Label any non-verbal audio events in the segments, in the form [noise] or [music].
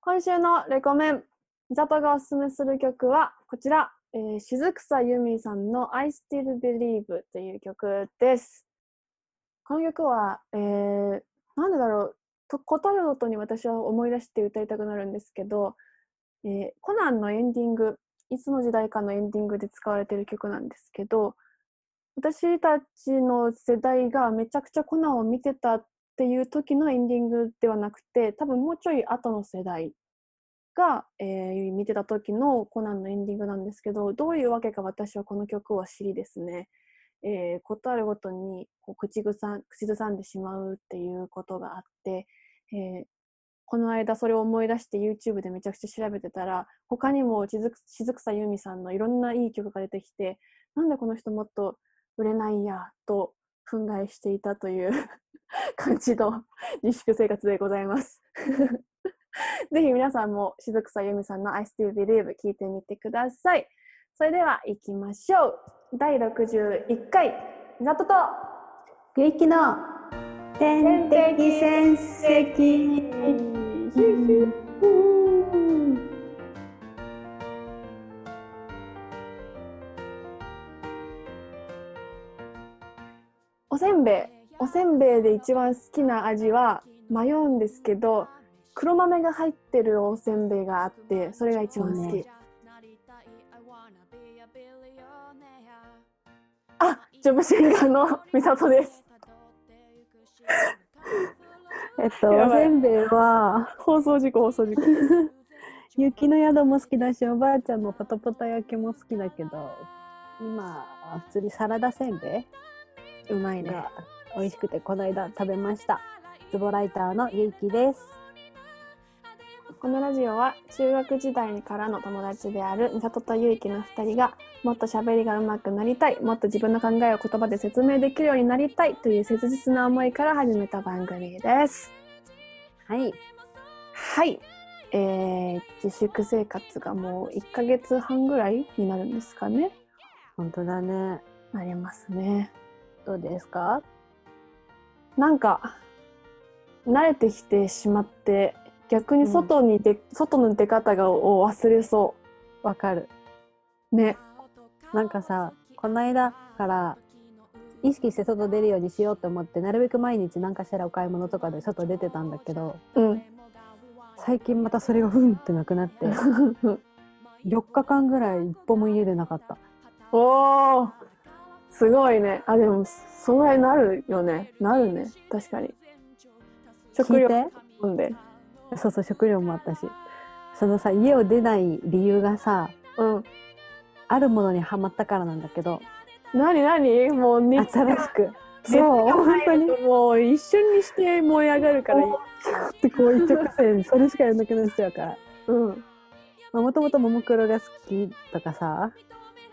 今週のレコメン、ミサトがおすすめする曲はこちら、えー、静草由美さんの I Still Believe という曲です。この曲は、えー、なんでだろう、と答える音に私は思い出して歌いたくなるんですけど、えー、コナンのエンディング、いつの時代かのエンディングで使われてる曲なんですけど、私たちの世代がめちゃくちゃコナンを見てたっていう時のエンディングではなくて、多分もうちょい後の世代が、えー、見てた時のコナンのエンディングなんですけど、どういうわけか私はこの曲を知りですね、えー、ことあるごとにこう口ぐさ口ずさんでしまうっていうことがあって、えー、この間それを思い出して YouTube でめちゃくちゃ調べてたら他にも雫草由美さんのいろんないい曲が出てきてなんでこの人もっと売れないやと憤慨していたという感じの自粛生活でございます [laughs] ぜひ皆さんも雫草由美さんの「I Still Believe」聴いてみてください。それでは行きましょう。第61回、なとと、ゆいきの天敵戦績。おせんべい、おせんべいで一番好きな味は迷うんですけど、黒豆が入ってるおせんべいがあって、それが一番好き。ねあ、ジョブシンガーの美里です。 [laughs] えっと、おせんべいは放送事故放送事故。 [laughs] [laughs] 雪の宿も好きだし、おばあちゃんのパタパタ焼きも好きだけど、今普通にサラダせんべい、うまいね。美味しくてこの間食べました。ズボライターのゆいきです。このラジオは中学時代からの友達である美里と結城の2人がもっと喋りが上手くなりたいもっと自分の考えを言葉で説明できるようになりたいという切実な思いから始めた番組ですはいはいえー、自粛生活がもう1ヶ月半ぐらいになるんですかね本当だねなりますねどうですかなんか慣れてきてしまって逆に外にで、うん、外の出方がを忘れそうわかるねなんかさこの間から意識して外出るようにしようと思ってなるべく毎日何かしらお買い物とかで外出てたんだけど、うん、最近またそれがうんってなくなって [laughs] 4日間ぐらい一歩も家でなかったおーすごいねあでもそのぐらいなるよねなるね確かに食料飲んでそうそう食料もあったしそのさ家を出ない理由がさ、うん、あるものにはまったからなんだけど何何もう新しくそう本当にもう一瞬にして燃え上がるからってこう一直線それしかやんなくなっちゃうからうんもともとももクロが好きとかさ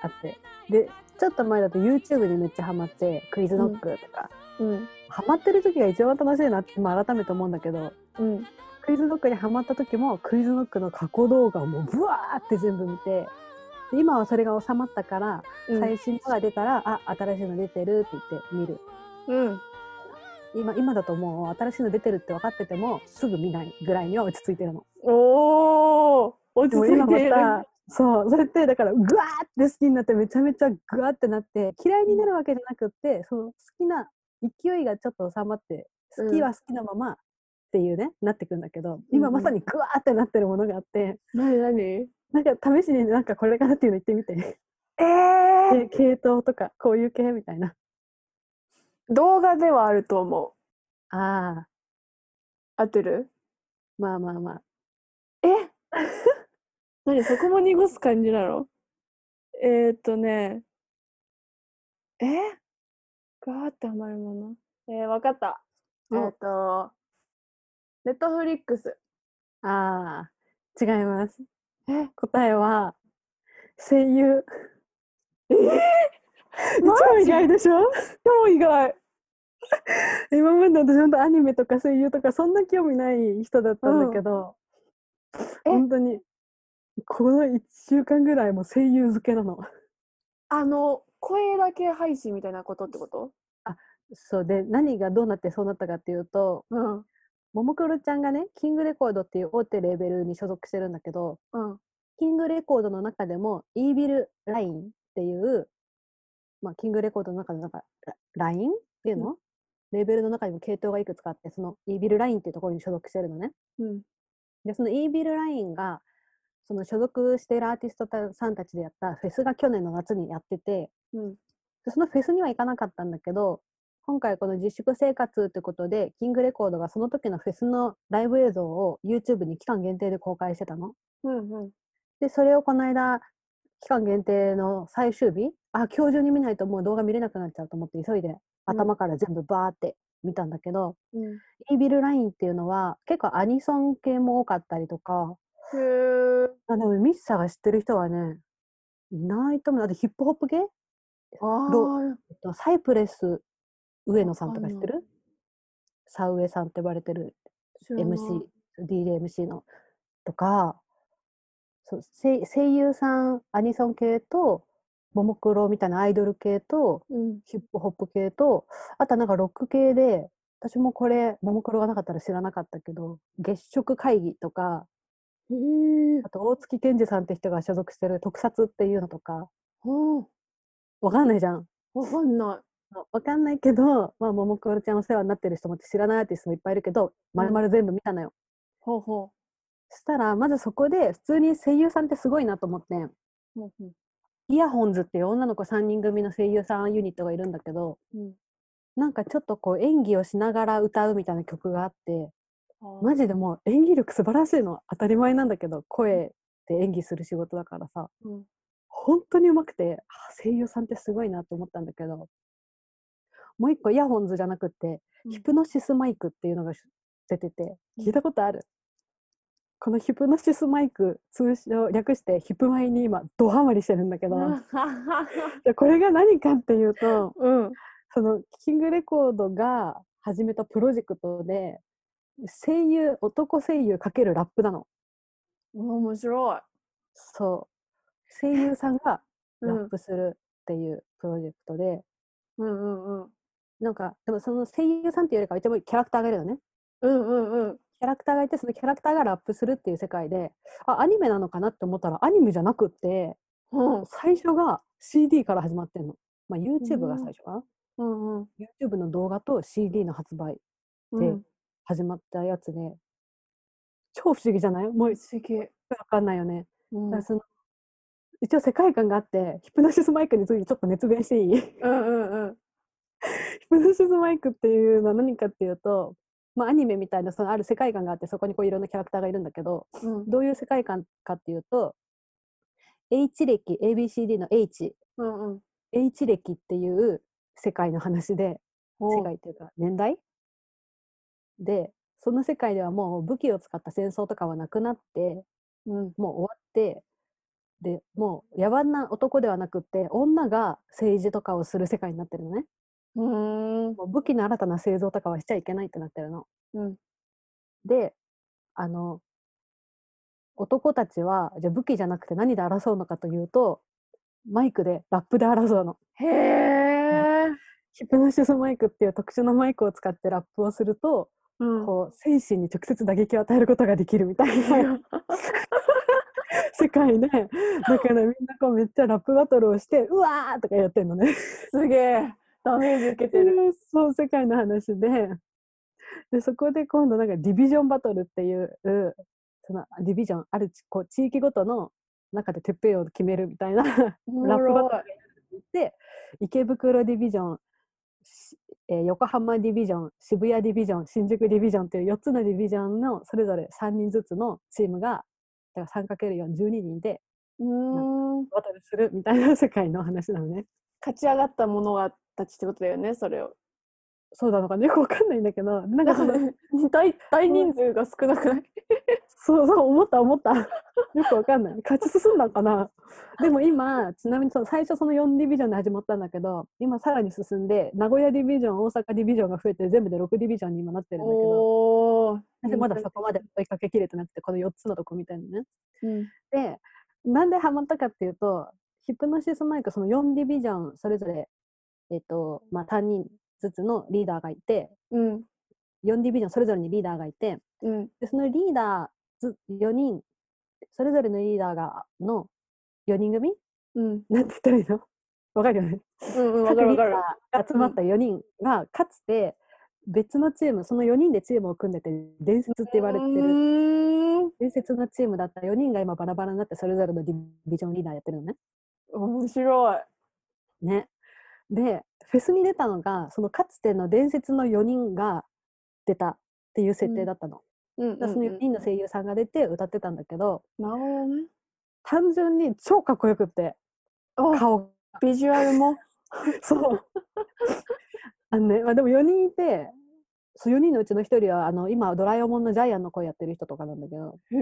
あってでちょっと前だと YouTube にめっちゃハマってクイズノックとか、うん、うん、ハマってる時が一番楽しいなって今改めて思うんだけど、うん、クイズノックにハマった時もクイズノックの過去動画をもうブワーって全部見て今はそれが収まったから、うん、最新のが出たらあ新しいの出てるって言って見る、うん、今今だともう新しいの出てるって分かっててもすぐ見ないぐらいには落ち着いてるのおー落ち着いてるま [laughs] たそうそれってだからグワーって好きになってめちゃめちゃグワーってなって嫌いになるわけじゃなくってその好きな勢いがちょっと収まって好きは好きなまま、うんっていうねなってくんだけど今まさにグワーってなってるものがあって、うん、何何なんか試しになんかこれかなっていうの言ってみてえー、系統とかこういう系みたいな動画ではあると思うああ合ってるまあまあまあえ [laughs] 何そこも濁す感じなのえっとねえガーってはまるものえー、わかったえっ、ー、とネットフリックス。ああ、違います。え、答えは、声優。えー、 [laughs] 超意外でしょ超意外。 [laughs] 今まで私本当アニメとか声優とかそんな興味ない人だったんだけど、うん、本当にこの1週間ぐらいも声優漬けなの。あの声だけ配信みたいなことってことあそうで何がどうなってそうなったかっていうと、うん、ももクロちゃんがねキングレコードっていう大手レーベルに所属してるんだけどうん。キングレコードの中でもイービルラインっていう、まあ、キングレコードの中のなんかララインっていうの、レーベルの中にも系統がいくつかあってそのイービルラインっていうところに所属してるのね。うん。でそのイービルラインがその所属しているアーティストたさんたちでやったフェスが去年の夏にやってて、うん。でそのフェスには行かなかったんだけど、今回この自粛生活ってことで、キングレコードがその時のフェスのライブ映像を YouTube に期間限定で公開してたの。うん。うん。で、それをこの間、期間限定の最終日、あ、今日中に見ないともう動画見れなくなっちゃうと思って急いで頭から全部バーって見たんだけど、うん。イービルラインっていうのは結構アニソン系も多かったりとか、へー。あでもミッサーが知ってる人はね、いないと思う。あとヒップホップ系あどーえっとサイプレス上野さんとかわ知かんなっいてるサウエさんって呼ばれてる知らない MC、DJMC のとかそう声声優さんアニソン系とももクロみたいなアイドル系とうん。ヒップホップ系とあとはなんかロック系で私もこれももクロがなかったら知らなかったけど月食会議とかへー。あと大月健二さんって人が所属してる特撮っていうのとかはあ。わかんないじゃんわかんない。わかんないけど、まあ、ももクロちゃんお世話になってる人もいて知らないアーティストもいっぱいいるけど、まるまる全部見たのよ。ほうほそしたら、まずそこで、普通に声優さんってすごいなと思って、う。うん。うんイヤホンズっていう女の子3人組の声優さんユニットがいるんだけど、うん。なんかちょっとこう演技をしながら歌うみたいな曲があって、あーマジでもう演技力素晴らしいの当たり前なんだけど、声で演技する仕事だからさ、うん本当にうまくて、あ声優さんってすごいなと思ったんだけど、もう一個イヤホンズじゃなくて、うんヒプノシスマイクっていうのがし出てて、うん聞いたことある、このヒプノシスマイク、通称略してヒプマイに今、ドハマりしてるんだけど、でこれが何かっていうと、 [laughs] うん。そのキングレコードが始めたプロジェクトで、声優、男声優かけるラップなの。面白い。そう。声優さんがうラッん。プするっていうプロジェクトで、うんうんうん。なんか、でもその声優さんっていうよりかは、一応キャラクターがいるのね。うんうんうん。キャラクターがいてそのキャラクターがラップするっていう世界であアニメなのかなって思ったらアニメじゃなくってうん最初が CD から始まってんの、まあ、YouTube がうん最初かな、うんうん。 YouTube の動画と CD の発売うん始まったやつで超不思議じゃないもう不分思議。かんないよね、うんだからその一応世界観があってヒプノシスマイクについてちょっと熱弁してい [laughs] いうんうんうん。ヒプノシスマイクっていうのは何かっていうと、まあ、アニメみたいなそのある世界観があってそこにこういろんなキャラクターがいるんだけどうんどういう世界観かっていうと H 歴 ABCD の H うんうん。 H 歴っていう世界の話で世界というか年代でその世界ではもう武器を使った戦争とかはなくなってうん。もう終わってでもう野蛮な男ではなくって女が政治とかをする世界になってるのねうん。もう武器の新たな製造とかはしちゃいけないってなってるのうん。であの男たちはじゃあ武器じゃなくて何で争うのかというとマイクでラップで争うの。 [laughs] へえ。ヒプノシスマイクっていう特殊なマイクを使ってラップをすると、うん。こう精神に直接打撃を与えることができるみたいな [laughs] 世界でだからみんなこうめっちゃラップバトルをしてうわーとかやってんのね。すげえ。ダメージ受けてる。 [laughs] そう世界の話ででそこで今度なんかディビジョンバトルっていうそのディビジョンある地こう地域ごとの中でてっぺんを決めるみたいなラップバトルで池袋ディビジョン、しえー横浜ディビジョン渋谷ディビジョン新宿ディビジョンっていう4つのディビジョンのそれぞれ3人ずつのチームがだから 3×412 人でおもろい。うーん。バトルするみたいな [laughs] 世界の話なのね。勝ち上がった者たちってことだよね、それ [laughs] を。そうなのかねよくわかんないんだけどなんかその [laughs] 大大人数が少なくないそうそう思った思った [laughs] よくわかんない勝ち進んだんかなでも今ちなみにその最初その4ディビジョンで始まったんだけど今さらに進んで名古屋ディビジョン大阪ディビジョンが増えて全部で6ディビジョンに今なってるんだけ [laughs] どおお。私まだそこまで追いかけきれてなくてこの4つのとこみたいなねうん。でなんでハマったかっていうとヒプノシスマイクその4ディビジョンそれぞれえっとまあ3人ずつのリーダーがいてうん。 4ディビジョンそれぞれにリーダーがいてうんでそのリーダーず4人それぞれのリーダーがの4人組うんなんて言ったらいいの [laughs] わかるよねうんうんわ各かるリわーダかーるが集まった4人がかつて別のチームその4人でチームを組んでて伝説って言われてうるーん伝説のチームだった4人が今バラバラになってそれぞれのディビジョンリーダーやってるのね。面白いねでフェスに出たのがそのかつての伝説の4人が出たっていう設定だったうの。んうんだからその4人の声優さんが出て歌ってたんだけどなるほどね単純に超かっこよくってあ顔 [laughs] がビジュアルもそう。あのね、まあ、でも4人いて、そう4人のうちの1人はあの今ドラえもんのジャイアンの声やってる人とかなんだけど、へ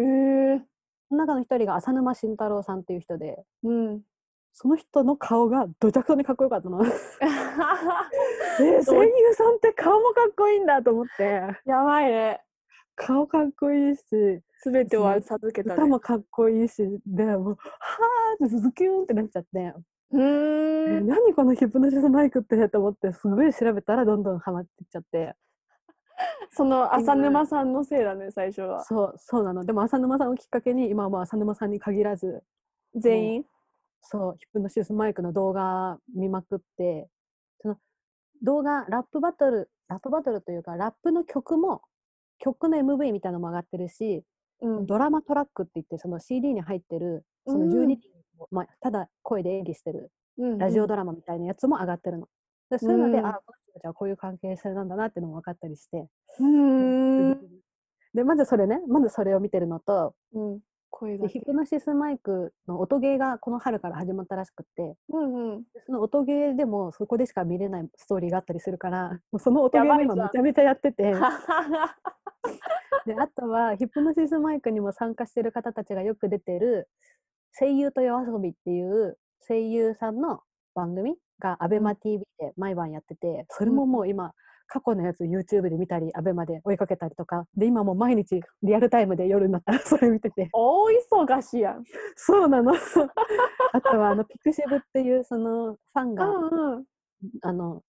えその中の1人が浅沼慎太郎さんっていう人で、うん [laughs] その人の顔がどちゃくそにかっこよかったの。えー声優さんって顔もかっこいいんだと思って、やばいね顔かっこいいし、すべては授けた歌ねもかっこいいし、でもう、はーってズキューンってなっちゃって、うえーん何このヒプノシスマイクってと思って、すごい調べたらどんどんハマってっちゃって。その浅沼さんのせいだね最初はそうそうなのでも浅沼さんをきっかけに今はもう浅沼さんに限らず全員そうヒップノシスマイクの動画見まくってその動画ラップバトルラップバトルというかラップの曲も曲の MV みたいなのも上がってるし、うんドラマトラックって言ってその CD に入ってるそのうん12人を、まあ、ただ声で演技してるうんラジオだドラマみたいなやつも上がってるの。でそういうので、うんあこの人たちはこういう関係性なんだなっていうのも分かったりして。うーんでまずそれねまずそれを見てるのとうん声だでけヒプノシスマイクの音ゲーがこの春から始まったらしくってうんうんその音ゲーでもそこでしか見れないストーリーがあったりするからもうその音ゲーもやば今いじゃんめちゃめちゃやっててははであとはヒプノシスマイクにも参加してる方たちがよく出てる「声優と夜遊び」っていう声優さんの番組がうん ABEMATV で毎晩やっててそれももう今過去のやつ YouTube で見たり ABEMA で追いかけたりとかで今もう毎日リアルタイムで夜になったら [laughs] それ見てて。 [laughs] 大忙しやんそうなの。あとはあのピクシブっていうそのファン [laughs] が、うんうんあの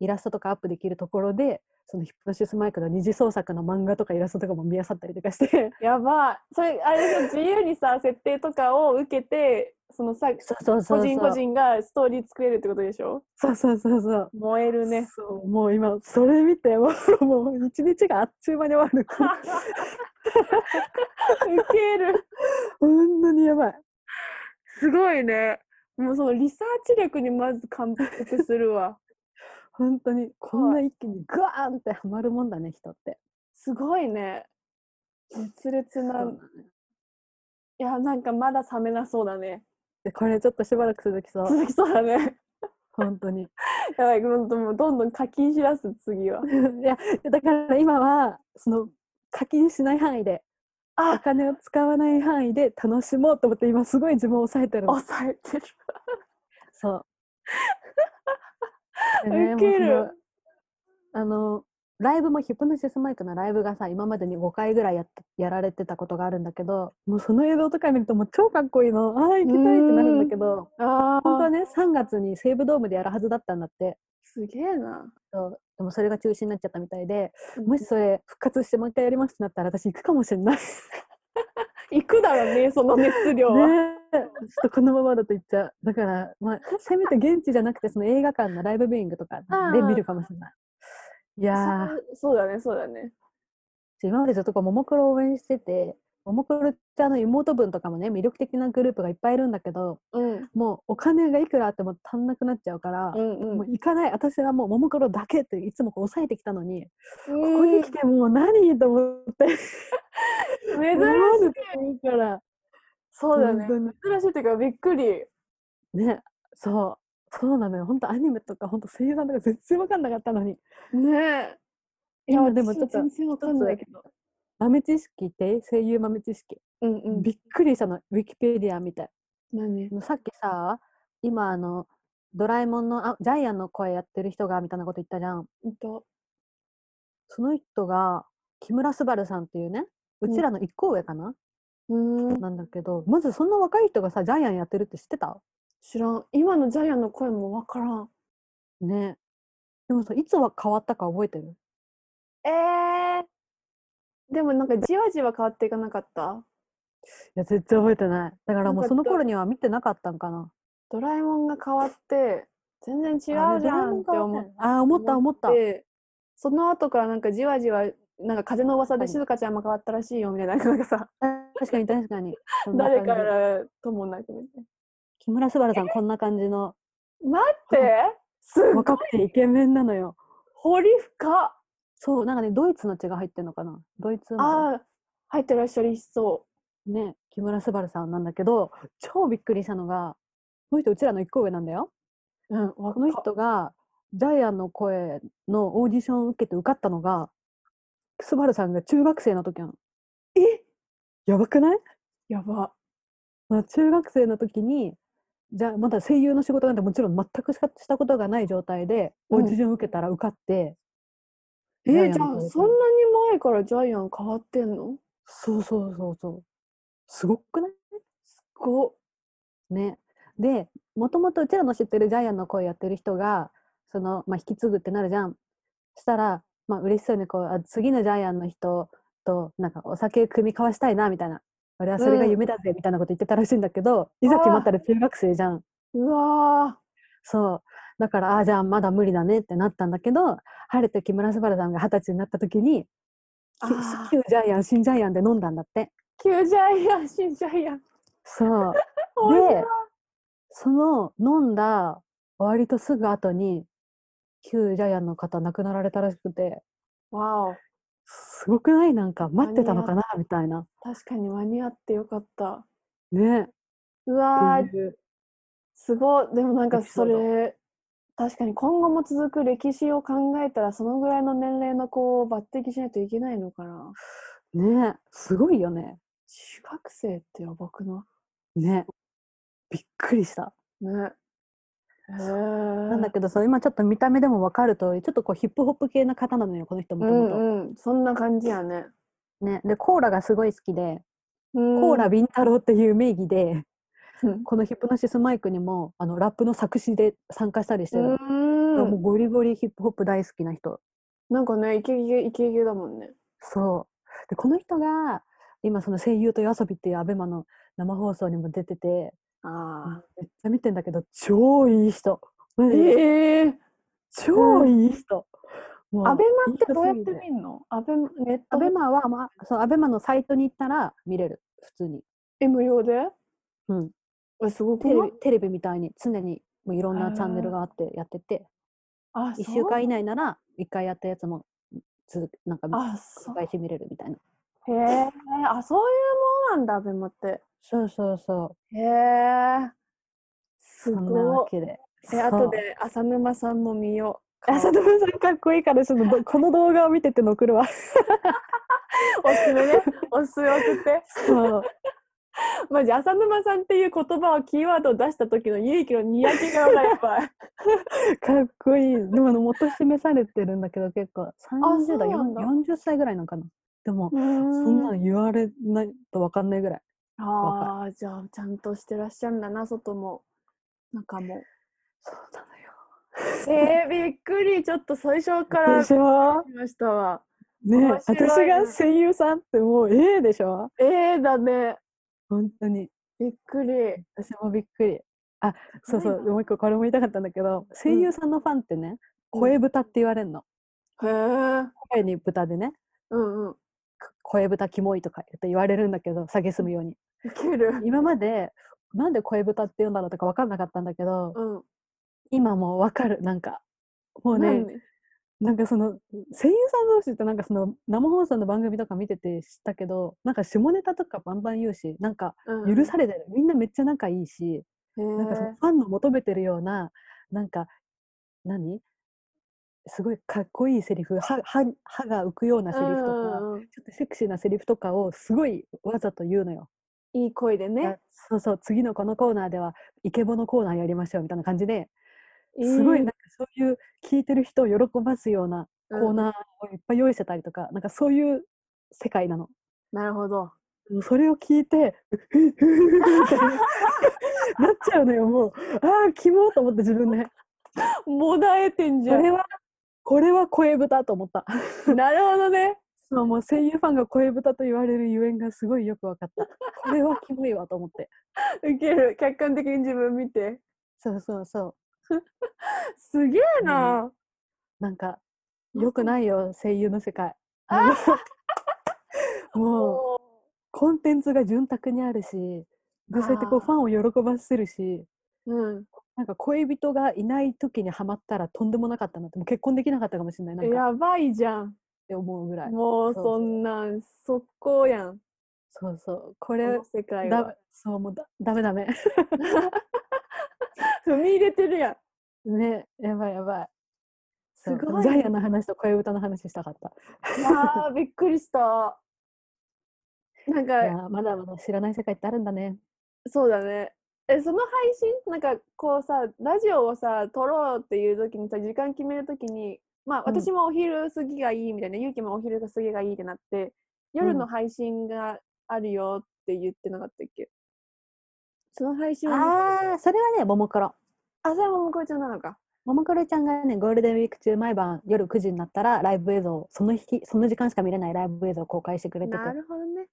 イラストとかアップできるところでそのヒプノシスマイクの二次創作の漫画とかイラストとかも見あさったりとかして [laughs] やばいそれあれでしょ自由にさ設定とかを受けてそのさそうそうそうそう個人個人がストーリー作れるってことでしょそうそうそうそう燃えるねそうもう今それ見てもう [laughs] もう一日があっちゅう間に終わ [laughs] るウケ [laughs] るこんなにやばいすごいねもうそのリサーチ力にまず感服する [laughs] わ本当にこんな一気にグワーンってハマるもんだね人ってすごいね熱烈そうななのいやなんかまだ冷めなそうだねでこれちょっとしばらく続きそう続きそうだね [laughs] 本当にやばいもうもうどんどん課金しだす次はいやだから今はその課金しない範囲でおあ金を使わない範囲で楽しもうと思って今すごい自分を抑えてるの抑えてる [laughs] そうウケるもうそのあのライブもヒプノシスマイクのライブがさ今までに5回ぐらいやったやられてたことがあるんだけどもうその映像とか見るともう超かっこいいのああ行きたいってなるんだけどあ本当はね3月に西武ドームでやるはずだったんだってすげえなそうでもそれが中止になっちゃったみたいでもしそれ復活してもう一回やりますってなったら私行くかもしれない。ね行くだろうねその熱量えちは、ょっとこのままだと言っちゃう。だから、まあ、せめて現地じゃなくてその映画館のライブビューイング [laughs] とかうんでうん見るかもしれない。いやーそうそうだねそうだね今までずっとこうももクロを応援しててももクロってあの妹分とかもね魅力的なグループがいっぱいいるんだけどうんもうお金がいくらあっても足んなくなっちゃうからう、んもううん行かない私はもうももクロだけっていつもこう抑えてきたのに、こここに来てもう何と思って珍思わしいず遠いからそうだね本当珍にしいっていうかびっくりねそうそうなのよ本当アニメとか本当声優さんとか全然分かんなかったのにねえ今でもちょっと全然わかんないけど豆知識って声優豆知識、うんうびっくりしたのウィキペディアみたい何さっきさ今あのドラえもんのあジャイアンの声やってる人がみたいなこと言ったじゃんうんとその人が木村昴さんっていうねううんちらの一個上かな、うんなんだけどまずそんな若い人がさジャイアンやってるって知ってた知らん今のジャイアンの声もわからんねでもさいつは変わったか覚えてるえー、でもなんかじわじわ変わっていかなかったや絶対覚えてないだからもなんかうその頃には見てなかったんかなドラえもんが変わって全然違うじあゃれドラえんっもんて変わ思っってないあー思った思ったてその後からなんかじわじわなんか風の噂で確かに静香ちゃんも変わったらしいよみたいななんかさ確かに確かにそんな感誰じからともなくみたい木村昴さんこんな感じのな待ってすっごい若くてイケメンなのよ堀深っそうなんかねドイツの血が入ってるのかなドイツ生まあー入ってらっしゃりそれね木村昴さんなんだけど超びっくりしたのがこの人うちらの一個上なんだよううんここの人がジャイアンの声のオーディションを受けて受かったのが昴さんが中学生の時なのえやばくないやばまあ、中学生の時にじゃあまだ声優の仕事なんてもちろん全くしかしたことがない状態でうオんーディション受けたら受かって、えジャイアンじゃあの声そんなに前からジャイアン変わってんのそうそうそうそうすごくないすごっねでもともとうちらの知ってるジャイアンの声やってる人がその、まあ、引き継ぐってなるじゃんしたら、まあ嬉しそうにこうあ次のジャイアンの人となんかお酒組み交わしたいなみたいな俺はそれが夢だぜみたいなこと言ってたらしいんだけど、いざ決まったら中学生じゃんうわそう。だから、あーじゃあまだ無理だねってなったんだけど、晴れて木村昴さんが二十歳になった時に、あきー旧ジャイアン、新ジャイアンで飲んだんだって。ー旧ジャイアン新ジャイアンそう。面白いで、その飲んだ割とすぐ後に、旧ジャイアンの方亡くなられたらしくて、わおすごくないなんか待ってたのかなみたいな。確かに間に合ってよかったね。うわっーていうすごいでもなんエかピソそードれ確かに今後も続く歴史を考えたらそのぐらいの年齢の子を抜擢しないといけないのかなね。すごいよね。中学生ってやばくなね。びっくりした。いねへえななんだけど、そう今ちょっと見た目でも分かる通り、ちょっとこうヒップホップ系な方なのよ、この人もうともと。んうんそんな感じやねね、でコーラがすごい好きで、ココーラビビンタロウっていう名義でこのヒプノシスマイクにもあのラップの作詞で参加したりしてるの、だからもうゴリゴリヒップホップ大好きな人なんかねイケイケイケイケだもんねそうでこの人が今その「声優と夜遊び」っていうアベマの生放送にも出ててあめっちゃ見てんだけど超いい人マジでええ超いい人、もうアベマっていい人どうやっすぎて見んのアベマネットアベマは、まあ、そうアベマのサイトに行ったら見れる普通に、え無料でうん、えすごくテレなビいテレビみたいに常にもういろんなチャンネルがあってやっててあ1そう週間以内なら1回やったやつもつなんかあそう繰り返し見れるみたいなへえ、あ、そういうもんなんだ、アベマって。そうそうそへえ、すうそんなごわい。けでえ、そう後で浅沼さんも見よう。あ佐顔藤さんかっこいいからそのどこの動画を見てっての送るわおすすめね。おすすめ送って。そうマジ、浅沼さんっていう言葉をキーワードを出した時の勇気のにやけ顔がやっぱい。 [laughs] かっ [laughs] こいいでもあの元示されてるんだけど結構そう30代なんだ40歳ぐらいなのかなでもそそんなん言われないと分かんないぐらいああ、じゃあ、ちゃんとしてらっしゃるんだな、外も。中も。そうなのよえー、びっくり。ちょっと最初からでしょ来ましたわ。ね面白い私が声優さんってもうええでしょえー、だね。本当にびっくり。私もびっくりあそうすそうごいなもう一個これも言いたかったんだけど声優さんのファンってね、声豚って言われるのへえ。声に豚でねうんうん。か声豚キモいとか言って言われるんだけど下げすむようにいける。今までなんで声豚って言うんだろうとか分かんなかったんだけどうん。今もう分かるなんかもうねなんでなんかその声優さん同士ってなんかその生放送の番組とか見てて知ったけどなんか下ネタとかバンバン言うしなんかうん許されてる、みんなめっちゃ仲いいし、なんかそのへファンの求めてるような、なんか、何すごいかっこいいセリフ、歯歯歯が浮くようなえセリフとか、うんうんうんちょっとセクシーなセリフとかをすごいわざと言うのよ。いい声でねあ。そうそう、次のこのコーナーでは、イケボのコーナーやりましょうみたいな感じで、すごいなんかそういう聞いてる人を喜ばすようなうんコーナーをいっぱい用意してたりとか、なんかそういう世界なの。なるほど。もうそれを聞いて、うっうっうっうっみたいななっちゃうのよ、もう。ああ、キモーと思って自分で。もだえてんじこゃん。れはこれは声豚と思った。なるほどね。そうもう声優ファンが声豚と言われるゆえんがすごいよく分かった。これはキモいわと思って。ウケる。客観的に自分見て。そうそうそう。すげえな。なんか、よくないよ、声優の世界。 [laughs] あのもう、おーコンテンツが潤沢にあるし、でそうやってこうあーファンを喜ばせるし、うん。なんか恋人がいない時にハマったらとんでもなかったなって、もう結婚できなかったかもしれない、なんかっやばいじゃん。て思うぐらい。もうそうそうそんなん速攻やん。そうそう、ここれの、世界だは。そう、もうだダメダメ。 [laughs] 踏み入れてるやん。ね、やばいやばい。すすごいジ [laughs] ャイアンの話と声歌の話したかっあた。ーびっくりした。なんいやかーまだまだ知らない世界ってあるんだね。そうだね。えその配信なんかこうさラジオをさ撮ろうっていう時にさ時間決める時にまあうん私もお昼過ぎがいいみたいな、ゆうきもお昼過ぎがいいってなって夜のうん配信があるよって言ってなかったっけその配信はああ、それはね、ももクロ。朝山もこちゃんなのかももクロちゃんがね、ゴールデンウィーク中、毎晩夜9時になったら、ライブ映像を、その日、その時間しか見れないライブ映像を公開してくれてて、なるほどね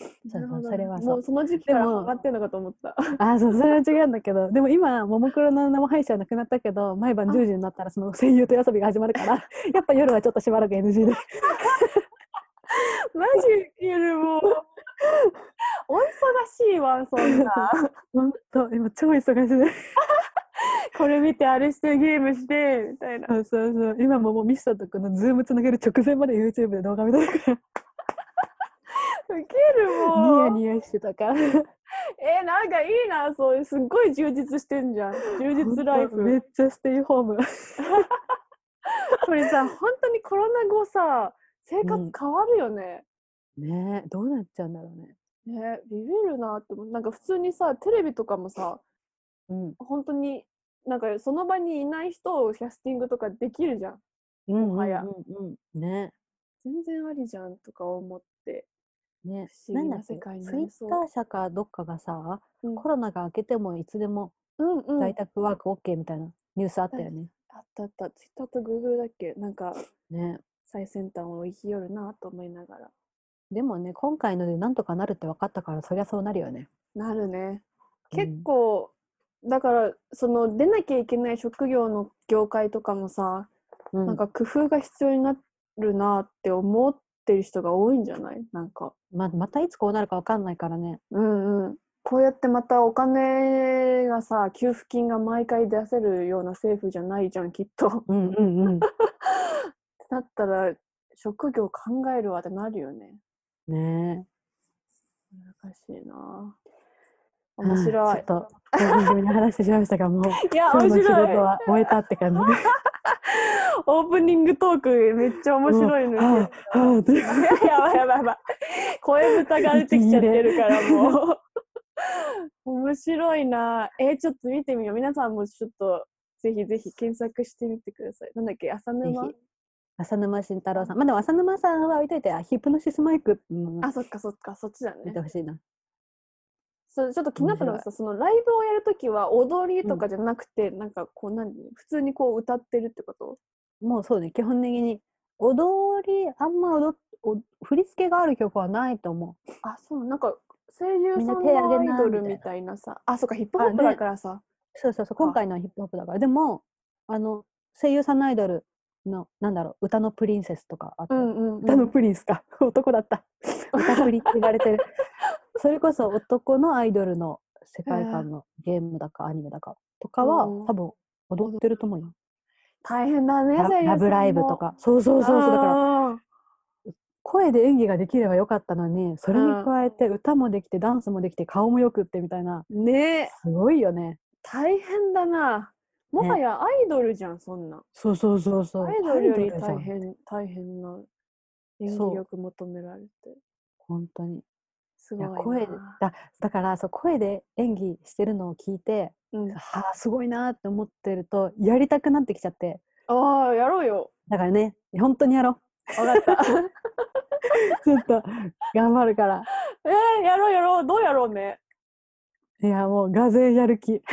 そうそうなるほどねそれはそうもうその時期からでも上がってんのかと思ったああ、そう、それは違うんだけど、でも今、ももクロの生配信はなくなったけど、毎晩あ10時になったら、その声優と遊びが始まる [laughs] から、やっぱ夜はちょっとしばらく NG [laughs] で。マジウケるもう。 [laughs] お忙しいわ、そんな。ほんと、今、超忙しい。これ見て、あれして、ゲームして、みたいな。そうそうそう、今ももうミスターとこのズームつなげる直前まで YouTube で動画見てるから、ウケるニも [laughs] ヤん。ニヤしてたから。え、なんかいいな、そういう、すっごい充実してんじゃん。充実ライほんとめっフ。ちゃステイホーム。 [laughs] これさ、本当にコロナ後さ、生活変わるよね。ねえ、どうなっちゃうんだろうね。ね、ビビるなって思う。なんか普通にさ、テレビとかもさ、うん。本当に、なんかその場にいない人をキャスティングとかできるじゃん。うんもはやうんうんうん、ね全然ありじゃんとか思って。ね不思議なんだなっけ世界になツイりッそうター社かどっかがさ、うんコロナが明けてもいつでもうんうん。在宅ワーク OK みたいなニュースあったよね。あったあった、ツイッターとグーグルだっけなんかね最先端を生きよるなと思いながら。でもね今回のでなんとかなるって分かったからそりゃそうなるよね。なるね。うん結構、だからその出なきゃいけない職業の業界とかもさ、うんなんか工夫が必要になるなって思ってる人が多いんじゃないなんか。ままたいつこうなるか分かんないからね。うんうん。こうやってまたお金がさ、給付金が毎回出せるような政府じゃないじゃん、きっと。ってうんうんうん。なったら、職業考えるわってなるよね。ね難しいなぁえ面白ちょいっ。と興奮気味に話してしまいましたがも [laughs] ういや、今日面の仕事白い。は終えたって感じで。オープニングトークめっちゃ面白いのうんには。 [laughs] あはあというやばいやばいやばい。声豚が出てきちゃってるからもう。面白いなぁ。えーちょっと見てみよう。皆さんもちょっとぜひぜひ検索してみてください。なんだっけ浅沼ぜひ浅沼慎太郎さんまあでも浅沼さんは置いといてあヒプノシスマイクっていうのをあ、そっかそっか、そっちだ見ねて。ほしいな。そうちょっと気になったのがさ、そのライブをやるときは踊りとかじゃなくて、なんかこう何普通にこう歌ってるってこともうそうね、基本的に踊り、あんま踊っお振り付けがある曲はないと思う。あ、そう、なんか声優みんさなん手上のげアイなドルみたいなみたいなさ、あ、そうか、ヒップホップあねだからさ、そうそうそう、今回のはヒップホップだから。でも、あの、声優さんのアイドルの、なんだろう、歌のプリンセスとかあったうよんうんうん、歌のプリンスか。 [laughs] 男だった。歌プリって言われてる。それこそ男のアイドルの世界観のゲームだかアニメだかとかは、うん多分踊ってると思うよ。大変だね、ラ声優ラブライブとか。そうそうそうそう。だからら。声で演技ができればよかったのにそれにうん加えて歌もできてダンスもできて顔もよくってみたいなねえ、すごいよね大変だな。もはやアイドルじゃん、そんな。そうそうそうそうアイドルよりアイドルじゃ大ん変、大変な演そう技力求められて。本当にすいごいやな。声だだからそう声で演技してるのを聞いてうん、はあすごいなって思ってるとやりたくなってきちゃってああ、やろうよ。だからね本当にやろわかった。 [laughs] うちょっと頑張るからえー、やろうやろう。どうやろうね。 [laughs] いやもうがぜやる気こ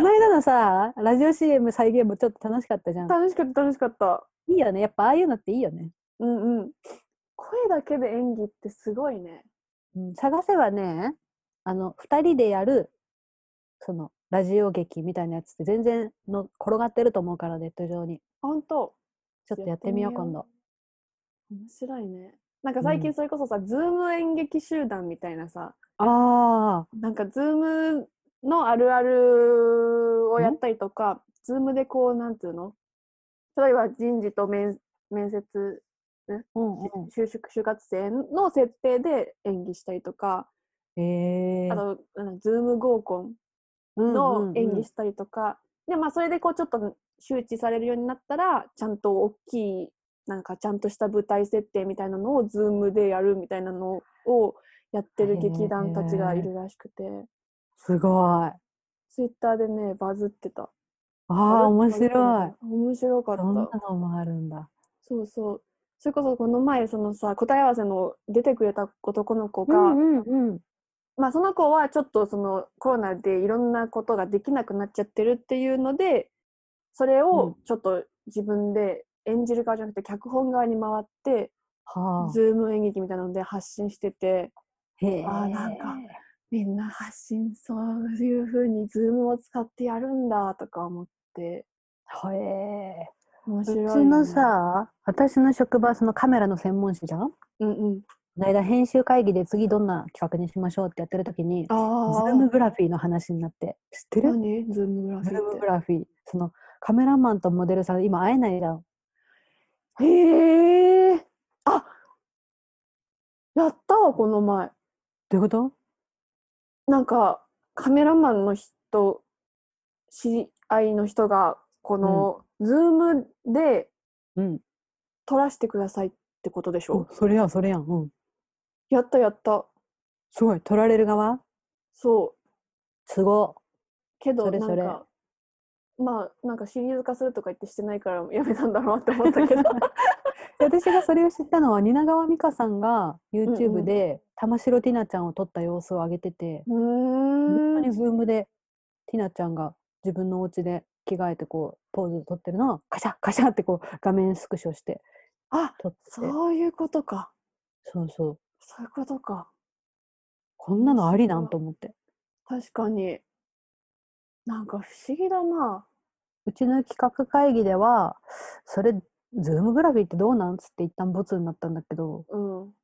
の間のさラジオ CM 再現もちょっと楽しかったじゃん楽しかった楽しかったいいよねやっぱああいうのっていいよね、うんうん声だけで演技ってすごいねうん、探せばねあの2人でやるそのラジオ劇みたいなやつって全然の転がってると思うからネット上にほんとちょっとやってみよう今度面白いねなんか最近それこそさ、ズーム演劇集団みたいなさあなんかズームのあるあるをやったりとか、ズームでこう、なんていうの例えば人事と面面接、あうんう就職、就活生の設定で演技したりとか、んええあー、と、あのズーム合コンの演技したりとか、で、まあ、それでこう、ちょっと周知されるようになったら、ちゃんと大きい、なんかちゃんとした舞台設定みたいなのをズームでやるみたいなのをやってる劇団たちがいるらしくて。すごいツイッターでね、バズってた。あバあズってた面白いね。面白かっそんなた。のもあるんだそうそう。それこそこの前、そのさ、答え合わせの出てくれた男の子が、うんうんうんまあその子はちょっとそのコロナでいろんなことができなくなっちゃってるっていうので、それをちょっと自分で演じる側じゃなくて脚本側に回って、はズーム演劇みたいなので発信してて、あへえあーなんかみんな発信、そういう風にズームを使ってやるんだとか思って、へえ面白い、ね。うちの、さ私の職場はそのカメラの専門誌じゃんこうんうん。の間編集会議で次どんな企画にしましょうってやってる時にああ。ズームグラフィーの話になって知ってる何ズームグラフィズーームっグラフィーそのカメラマンとモデルさん今会えないじゃんて。へえ。あやったわ、この前。どういうことなんか、カメラマンの人、知り合いの人が、この、ズームでうん撮らせてくださいってことでしょ、それやんそれやんうんやったやった。すごい撮られる側そう。すごけど、それなんそれか、まあ、なんかシリーズ化するとか言ってしてないからやめたんだろうなって思ったけ [laughs] ど。い私がそれを知ったのは蜷川美香さんがうんうん YouTube で玉城ティナちゃんを撮った様子を上げててう本ー当にん。ズームでティナちゃんが自分のお家で着替えてこうポーズ撮ってるのをカシャカシャってこう画面スクショしてあ撮ってそういうことか。そうそうそういうことか。こんなのありな面白んいと思って確かに。なんか不思議だな。うちの企画会議ではそれズームグラフィーってどうなんつって一旦ボツになったんだけどうん。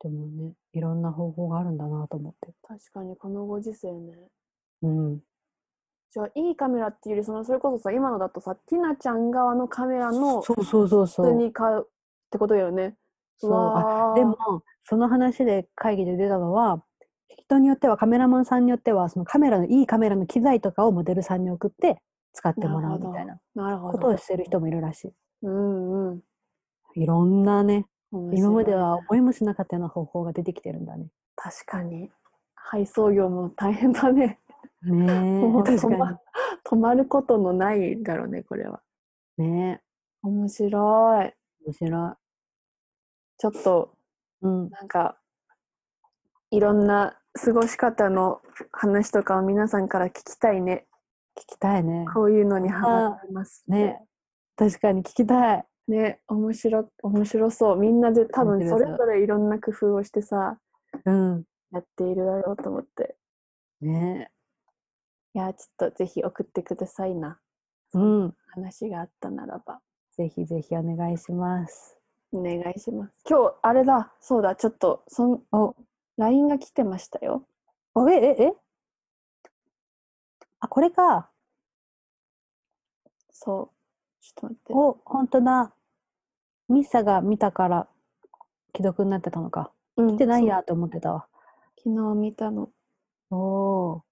でもねいろんな方法があるんだなと思って確かにこのご時世ね。うんじゃあいいカメラっていうよりそのそれこそさ今のだとさティナちゃん側のカメラのそうそうそうそ普通うに買うってことだよね。そうあわーでもその話で会議で出たのは人によってはカメラマンさんによってはそのカメラのいいカメラの機材とかをモデルさんに送って使ってもらうみたいななるほことをど。してる人もいるらしうんうん。いいろんなね面白い今までは思いもしなかったような方法が出てきてるんだね確かに配送業も大変だね。 [laughs] ねもうえそ確んかな止まることのないだろうねこれは。にね面白い。え面白いちょっとうんなんかいろんな過ごし方の話とかを皆さんから聞きたいね。聞きたいねこういうのにハマってますってね。確かに聞きたい。ね、面白面白そう。みんなで多分面そ白れそうぞれいろんな工夫をしてさ、うん。やっているだろうと思って。ね。いや、ちょっとぜひ送ってくださいな。うん。話があったならば。ぜひぜひお願いします。お願いします。今日、あれだ、そうだ、ちょっと、そん、お、 LINE が来てましたよ。おえええ？あこれか。そう。ちょっと待って。お本当だ。ミッサが見たから既読になってたのか。うん見てないそうやと思ってたわ。昨日見たの。おお。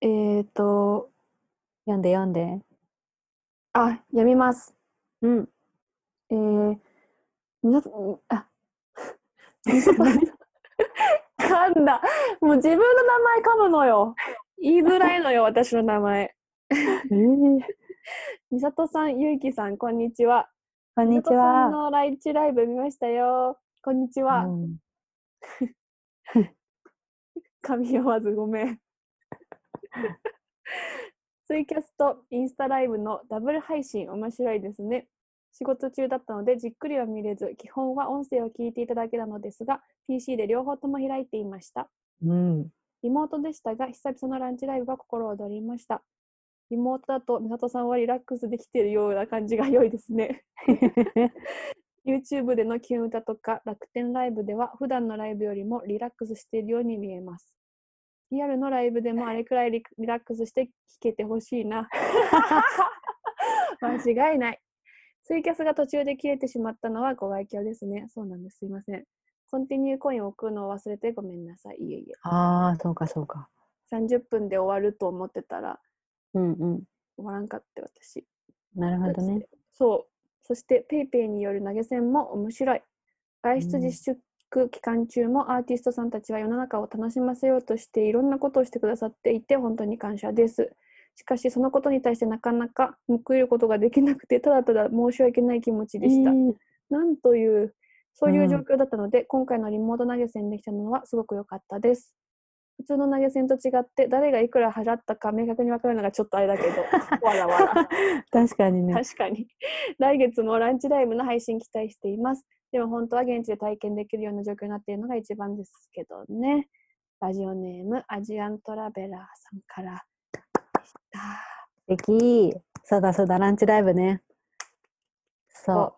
えーと、読んで読んで。あ、やみます。うん。えー、皆さん、あ、 [laughs] 噛んだ。もう自分の名前噛むのよ。言いづらいのよ、私の名前。えーみさとさん、ゆうきさん、こんにちは。 [laughs] こんみにさとちさんは。のライチライブ見ましたよ。こんにちは。うん噛み合わずごめん。 [laughs] ツイキャスとインスタライブのダブル配信面白いですね。仕事中だったのでじっくりは見れず、基本は音声を聞いていただけたのですが、PC で両方とも開いていました。うん。リモートでしたが、久々のランチライブは心躍りました。リモートだと、美里さんはリラックスできているような感じが良いですね。YouTube でのキュン歌とか楽天ライブでは普段のライブよりもリラックスしているように見えます。リアルのライブでもあれくらいリリラックスして聴けてほしいな。 [laughs] 間違いない。ツイキャスが途中で切れてしまったのはご愛嬌ですね。そうなんです。すいません。コンティニューコインを置くのを忘れてごめんなさい。いえいえ。ああ、そうかそうか。 30分で終わると思ってたらうんうん。終わらんかって私。なるほどね。そう。そして、ペイペイによる投げ銭も面白い。外出自粛期間中もアーティストさんたちは世の中を楽しませようとしていろんなことをしてくださっていて本当に感謝です。しかし、そのことに対してなかなか報いることができなくて、ただただ申し訳ない気持ちでした。うんなんという、そういううん状況だったので、今回のリモート投げ銭できたのはすごく良かったです。普通の投げ銭と違って、誰がいくら払ったか明確に分かるのがちょっとあれだ [laughs] けど、わらわら。確かにね。確かに。 [laughs] 来月もランチライブの配信期待しています。でも本当は現地で体験できるような状況になっているのが一番ですけどね。ラジオネーム、アジアントラベラーさんからでした。素敵そうだそうだランチライブねそそ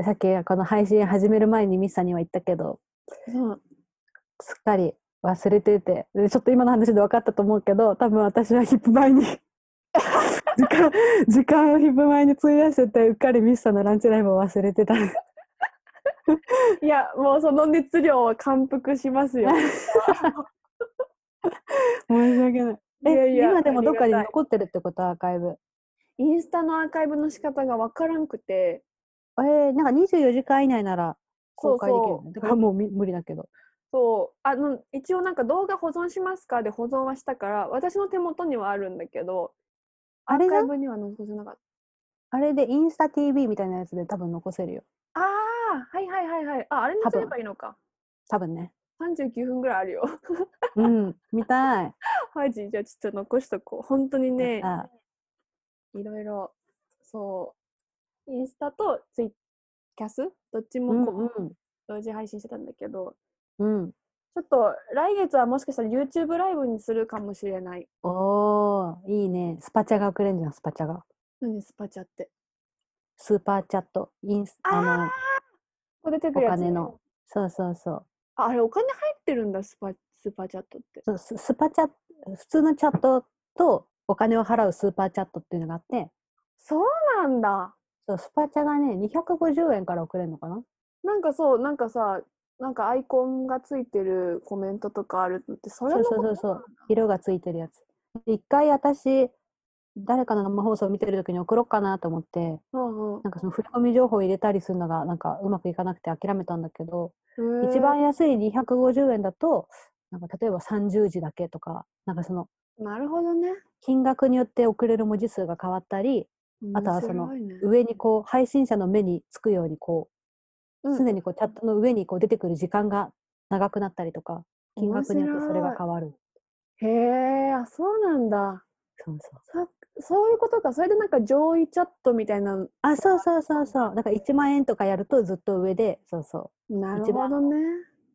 うさっきこの配信始める前にミスさんには言ったけどうん、すっかり忘れててでちょっと今の話で分かったと思うけど多分私はヒップ前に時間時間をヒップ前に費やしててうっかりミスさんのランチライブを忘れてた [laughs] いや、もうその熱量は感服します [laughs] よ。申し訳ないえいやいや今でもどっかにありがたい残ってるってことアーカイブインスタのアーカイブの仕方がわからんくて、えー、なんか24時間以内なら公開できる、ね、そうそうだからもうみ無理だけどそうあの一応なんか動画保存しますかで保存はしたから私の手元にはあるんだけどアあれーだカイブには残せなかったあれでインスタ TV みたいなやつで多分残せるよああはいはいはいはいああれに多す分ればいいのか多 [laughs] 分ね39分ぐらいあるよ [laughs] うん、見たい。マジじゃあちょっと残しとこう本当にねあいろいろそうインスタとツイキャスどっちもこう、同時配信してたんだけどうん、うん。ちょっと来月はもしかしたら YouTube ライブにするかもしれないおー、いいね。スパチャがくれんじゃん、スパチャが。何スパチャってスーパーチャット、インスあーあの、これ出てくるやつお金のそうそうそうああれお金入ってるんだスパスーパーチャットって。そうススパチャ、普通のチャットとお金を払うスーパーチャットっていうのがあって、そうなんだ。そうスパチャがね、250円から送れるのかななんかそうなんかさなんかアイコンがついてるコメントとかあるのってそれそのうそうそうそう。色がついてるやつ。で一回私、誰かの生放送見てる時に送ろうかなと思って、うんうんなんかその振り込み情報を入れたりするのがなんかうまくいかなくて諦めたんだけど、へー一番安い250円だとなんか例えば30時だけとかなんかそのなるほどね。金額によって送れる文字数が変わったりあとはその面白いね上にこう配信者の目につくようにこううん常にこうチャットの上にこう出てくる時間が長くなったりとか金額によってそれが変わるへえあそうなんだそうそうそそういうことかそれでなんか上位チャットみたいなあそうそうそうそうなんか1万円とかやるとずっと上でそうそうなる一ほ番どね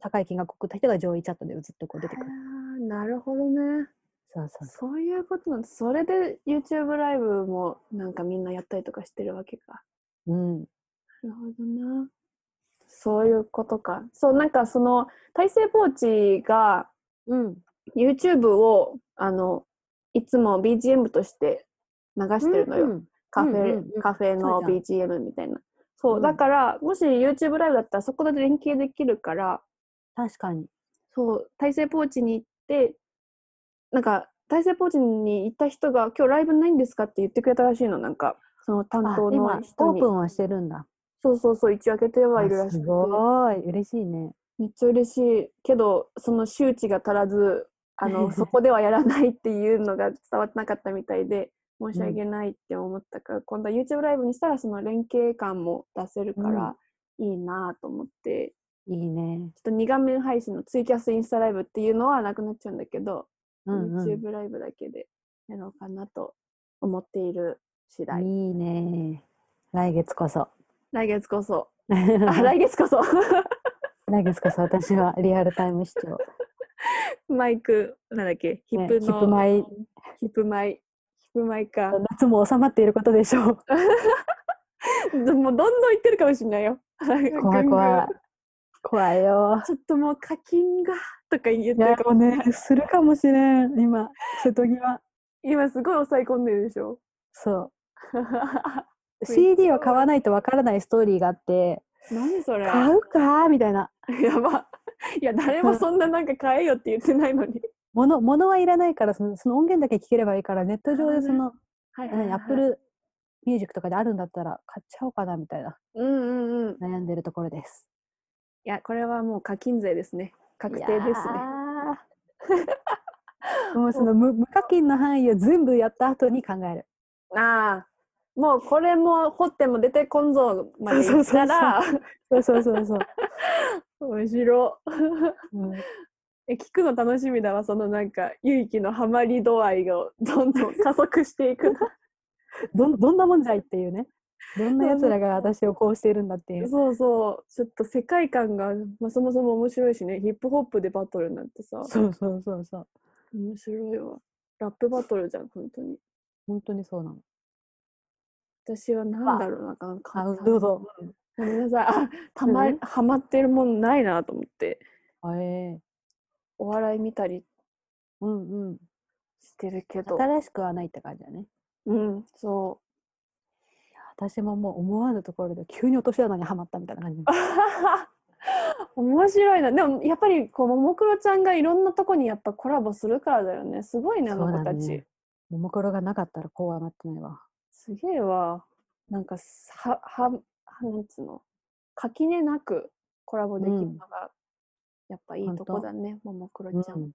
高い金額を送った人が上位チャットでずっとこう出てくるあーなるほどねそうそうそそういうことなんだそれで YouTube ライブもなんかみんなやったりとかしてるわけかううんなるほどな。そういうことか。そう、なんかその、大成ポーチがうん YouTube を、あの、いつも BGM として流してるのよ。うんカフェ、うんうんうんカフェのそう BGM みたいな。そう、うんだから、もし YouTube ライブだったらそこで連携できるから、確かにそう、大成ポーチに行って、なんか、大成ポーチに行った人が、今日ライブないんですかって言ってくれたらしいの、なんか、その担あ当今のオ人ーにプ。ンはしてるんだそうそうそう、一応開けてはいるあらしすくて。ごい嬉しいね。めっちゃ嬉しいけどその周知が足らずあ [laughs] のそこではやらないっていうのが伝わってなかったみたいで申し訳ないって思ったから、今度は YouTube ライブにしたらその連携感も出せるからいいなと思って、いいね。ちょっと2画面配信のツイキャスインスタライブっていうのはなくなっちゃうんだけどうんうん YouTube ライブだけでやろうかなと思っている次第。いいね。来月こそ。来月こ [laughs] そ。あ、来来月こそ。 [laughs] 月こそ私はリアルタイム視聴。マイク、なんだっけ、ヒップの、ねヒップマイ。ヒップマイ。ヒップマイか。 [laughs] 夏も収まっていることでしょう。もうどんどん言ってるかもしれないよ。 [laughs] 怖い怖いぐんぐん。怖いよ。 [laughs] ちょっともう課金が [laughs] とか言っいてやるかももうしれない。ね、するかもしれん、今、瀬戸際。今すごい抑え込んでるでしょ。 [laughs] そう。CD を買わないとわからないストーリーがあって、何それ。買うかみたいな。 [laughs] やば。いや、誰もそんななんか買えよって言ってないの [laughs] に。物物はいらないからその、その音源だけ聴ければいいから、ネット上でその、はいはいはい何、アップ。ルミュージックとかであるんだったら買っちゃおうかなみたいなうんうんうん。い悩んでるところです。や、これはもう課金税ですね。確定ですね。ね。もうその無無課金の範囲を全部やった後に考える。ああ。もうこれも掘っても出てこんぞまでそ言うっそうそたうそうら、 [laughs] そうそうそうそう。面白い。 [laughs] うんえ聞くの楽しみだわそのなんかゆいきのハマり度合いがどんどん加速していくなどんどんなもんじゃいっていうね。どんな奴らが私をこうしているんだっていう。そうそうちょっと世界観が、まあ、そもそも面白いしねヒップホップでバトルなんてさそうそうそうそう。面白いわラップバトルじゃん本当に本当にそうなの。私はなんだろうななんかあどうぞ。ごめんなさいあたま、 [laughs] うんハマってるもんないなと思ってあええお笑い見たりうんうん。してるけど新しくはないって感じだね。うんそ私ももう思わぬところで急に落とし穴にはまったみたいな感じ。う面白いなでもやっぱりこうももクロちゃんがいろんなとこにやっぱコラボするからだよねすごいねあの子たち、ね。ももクロがなかったらこうはなってないわ。すげえわ。なんかす、は、は、はなんつうの。垣根なくコラボできるのが、やっぱいいほんととこだね、ももクロちゃん。うん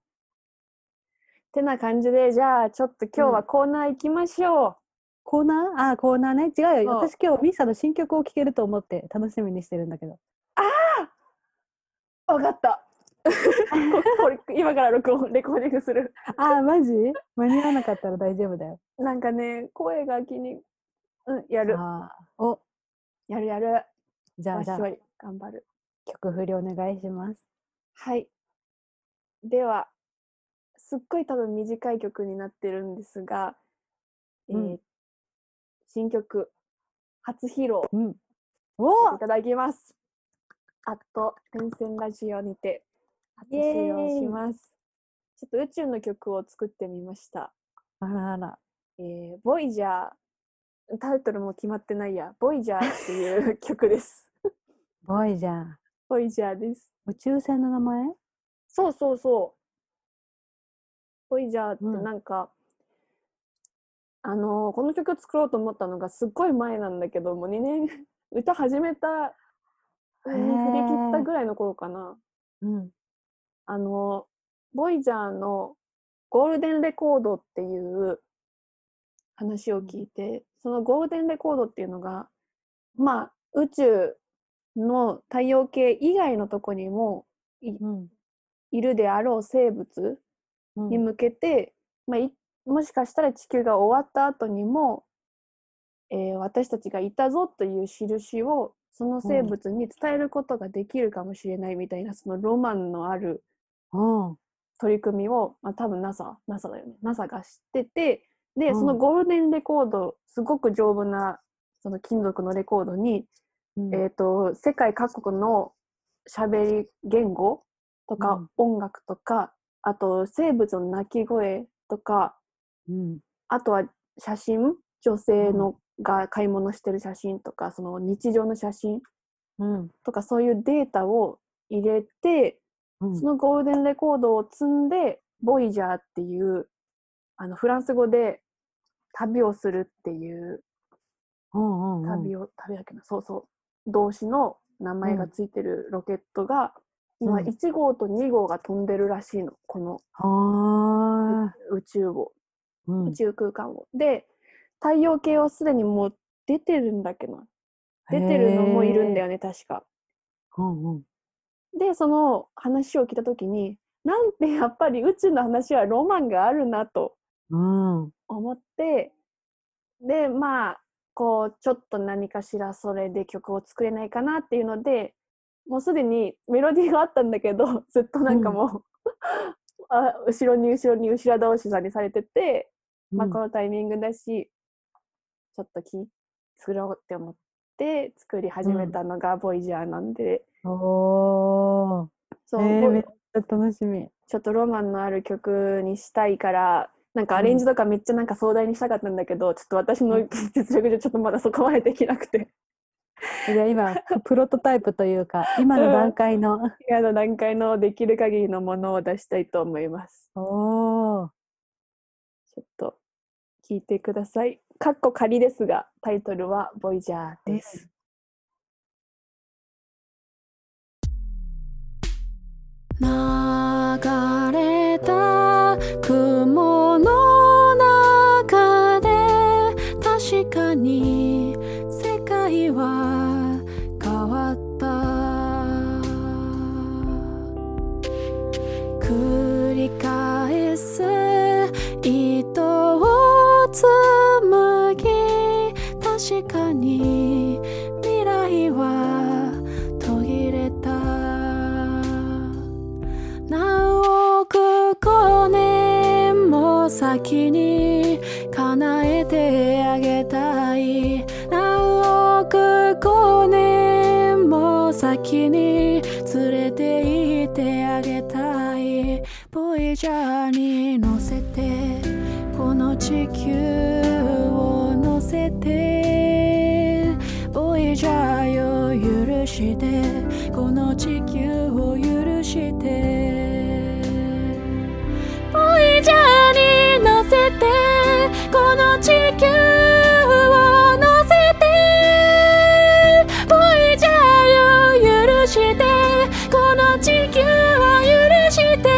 てな感じで、じゃあ、ちょっと今日はコーナー行きましょコーナーあーコーナーね。違うよ。そう私今日ミサの新曲を聴けると思って楽しみにしてるん [laughs] だけど。う。わ、かった。こ [laughs] これ今から録音、レコーディングする。あーマジ間に合わなかったら大丈夫だよ。なんかね、声が気に、うん、やる。あーおやるやる。じゃあわしじゃあょい。頑張る。曲振りお願いします。はい。では、すっごい多分短い曲になってるんですが、えーうん新曲、初披露うん。いおただきます。あと、連戦ラジオにて、初イエーイ披露します。ちょっと宇宙の曲を作ってみました。あらあら。えー、ボイジャー、タイトルも決まってないや、ボイジャーっていう曲 [laughs] です。ボイじゃん。ボイジャーです。宇宙船の名前そうそうそう。ボイジャーってうんなんか、あのーこの曲作ろうと思ったのがすっごい前なんだけどもう2年 [laughs] 歌始めた振へーり切ったぐらいの頃かな。うん。あのーボイジャーのゴールデンレコードっていう話を聞いてそのゴールデンレコードっていうのがまあ宇宙の太陽系以外のとこにもうん。いるであろう生物うんに向けて、まあ、いもしかしたら地球が終わった後にも、えー私たちがいたぞという印をその生物に伝えることができるかもしれないみたいな、そのロマンのあるうん。取り組みを、まあ、多分 NASA, NASA だよね NASA が知っててで、うんそのゴールデンレコードすごく丈夫なその金属のレコードに、うんえー、と世界各国の喋り言語とか音楽とか、あと生物の鳴き声とかうん。あとは写真女性のが買い物してる写真とかその日常の写真うん。とかそういうデータを入れてうんそのゴールデンレコードを積んで「ボイジャーっていうあのフランス語で旅をするっていううんうん旅を、旅だっけなそうそう動詞の名前がついてるロケットが、今うん1号と2号が飛んでるらしいのこのはあ。宇宙を、うん宇宙空間を。で太陽系はすでにもう出てるんだっけな出てるのもいるんだよね確か。へーうんうん。でその話を聞いた時になんてやっぱり宇宙の話はロマンがあるなとうん。うん。思ってでまあこうちょっと何かしらそれで曲を作れないかなっていうのでもうすでにメロディーがあったんだけど [laughs] ずっとなんかもう、あ後ろに後ろに後ろ倒しさにされてて、まあ、このタイミングだしちょっとき作ろうって思って作り始めたのが「ボイジャーなんで、おー。そう、えーボイめっちゃ楽しみ。ちょっとロマンのある曲にしたいからなんかアレンジとかめっちゃなんか壮大にしたかったんだけど、ちょっと私うのん [laughs] 実力上ちょっとまだそこまでできなくてじゃあ今、プロトタイプというか、今の段階の。嫌な段階のできる限りのものを出したいと思いますおー。ちょっと聞いてくださいかっこ仮ですがタイトルは「ボイジャーです、流れた雲の中で確かに世界は変わった繰り返す糸を紡ぎ確かに未来は途切れた何億光年も先に叶えてあげたい何億光年も先に連れて行ってあげたいボイジャーに乗せてこの地球を乗せてボイジャーよ許してこの地球を許してボイジャーに乗せてこの地球を乗せてボイジャーを許してこの地球を許して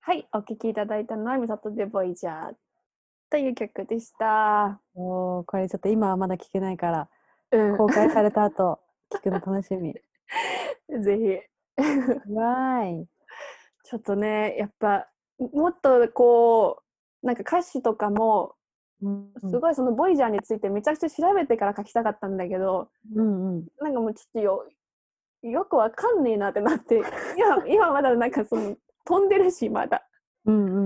はいお聴きいただいたのは「ミサトでボイジャーという曲でした、おー、これちょっと今はまだ聞けないから、うん公開され [laughs] た後、聞くの楽しみ。ぜひわーい。ちょっとねやっぱもっとこうなんか歌詞とかもうんすごいそのボイジャーについてめちゃくちゃ調べてから書きたかったんだけどうんうん。なんかもうちょっとよよくわかんねえなってな [laughs] って今今まだなんかその飛んでるしまだ。うんうんう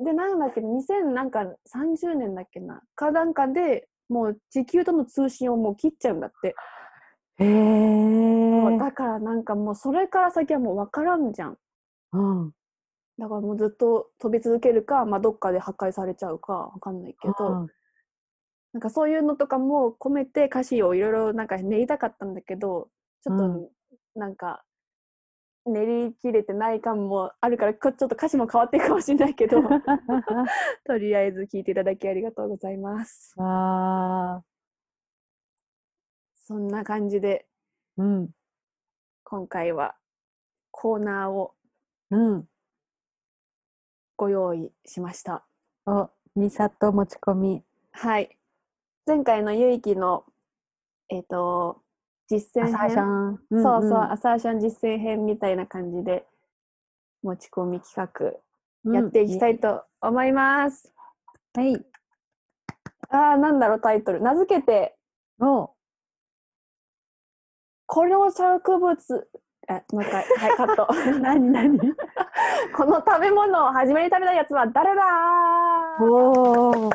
ん。でなんだっけ2030年だっけなかなんかでもう地球との通信をもう切っちゃうんだって、へもうー。だからなんかもうそれから先はもうわからんじゃんうん。だからもうずっと飛び続けるか、まあ、どっかで破壊されちゃうかわかんないけど、 [laughs] うんなんかそういうのとかも込めて歌詞をいろいろなんか練りたかったんだけどちょっうんとなんか練りきれてない感もあるからこちょっと歌詞も変わっていくかもしれないけ [laughs] どとりあえず聴いていただきありがとうございますわそんな感じでー。うん。今回はコーナーをうん。ご用意しましたお、ミサと持ち込み。はい前回のゆいきのえっ、と実ア践サー編ション。そうそう、アサーション実践編みたいな感じで持ち込み企うん。画やっていきたい。いと思います。はい。ああ、なんだろう、タイトル。名付けて、お、この植物、あ、もう [laughs] 一回、はい、カット。何何。 [laughs] この食べ物を初めに食べたやつは誰だおお。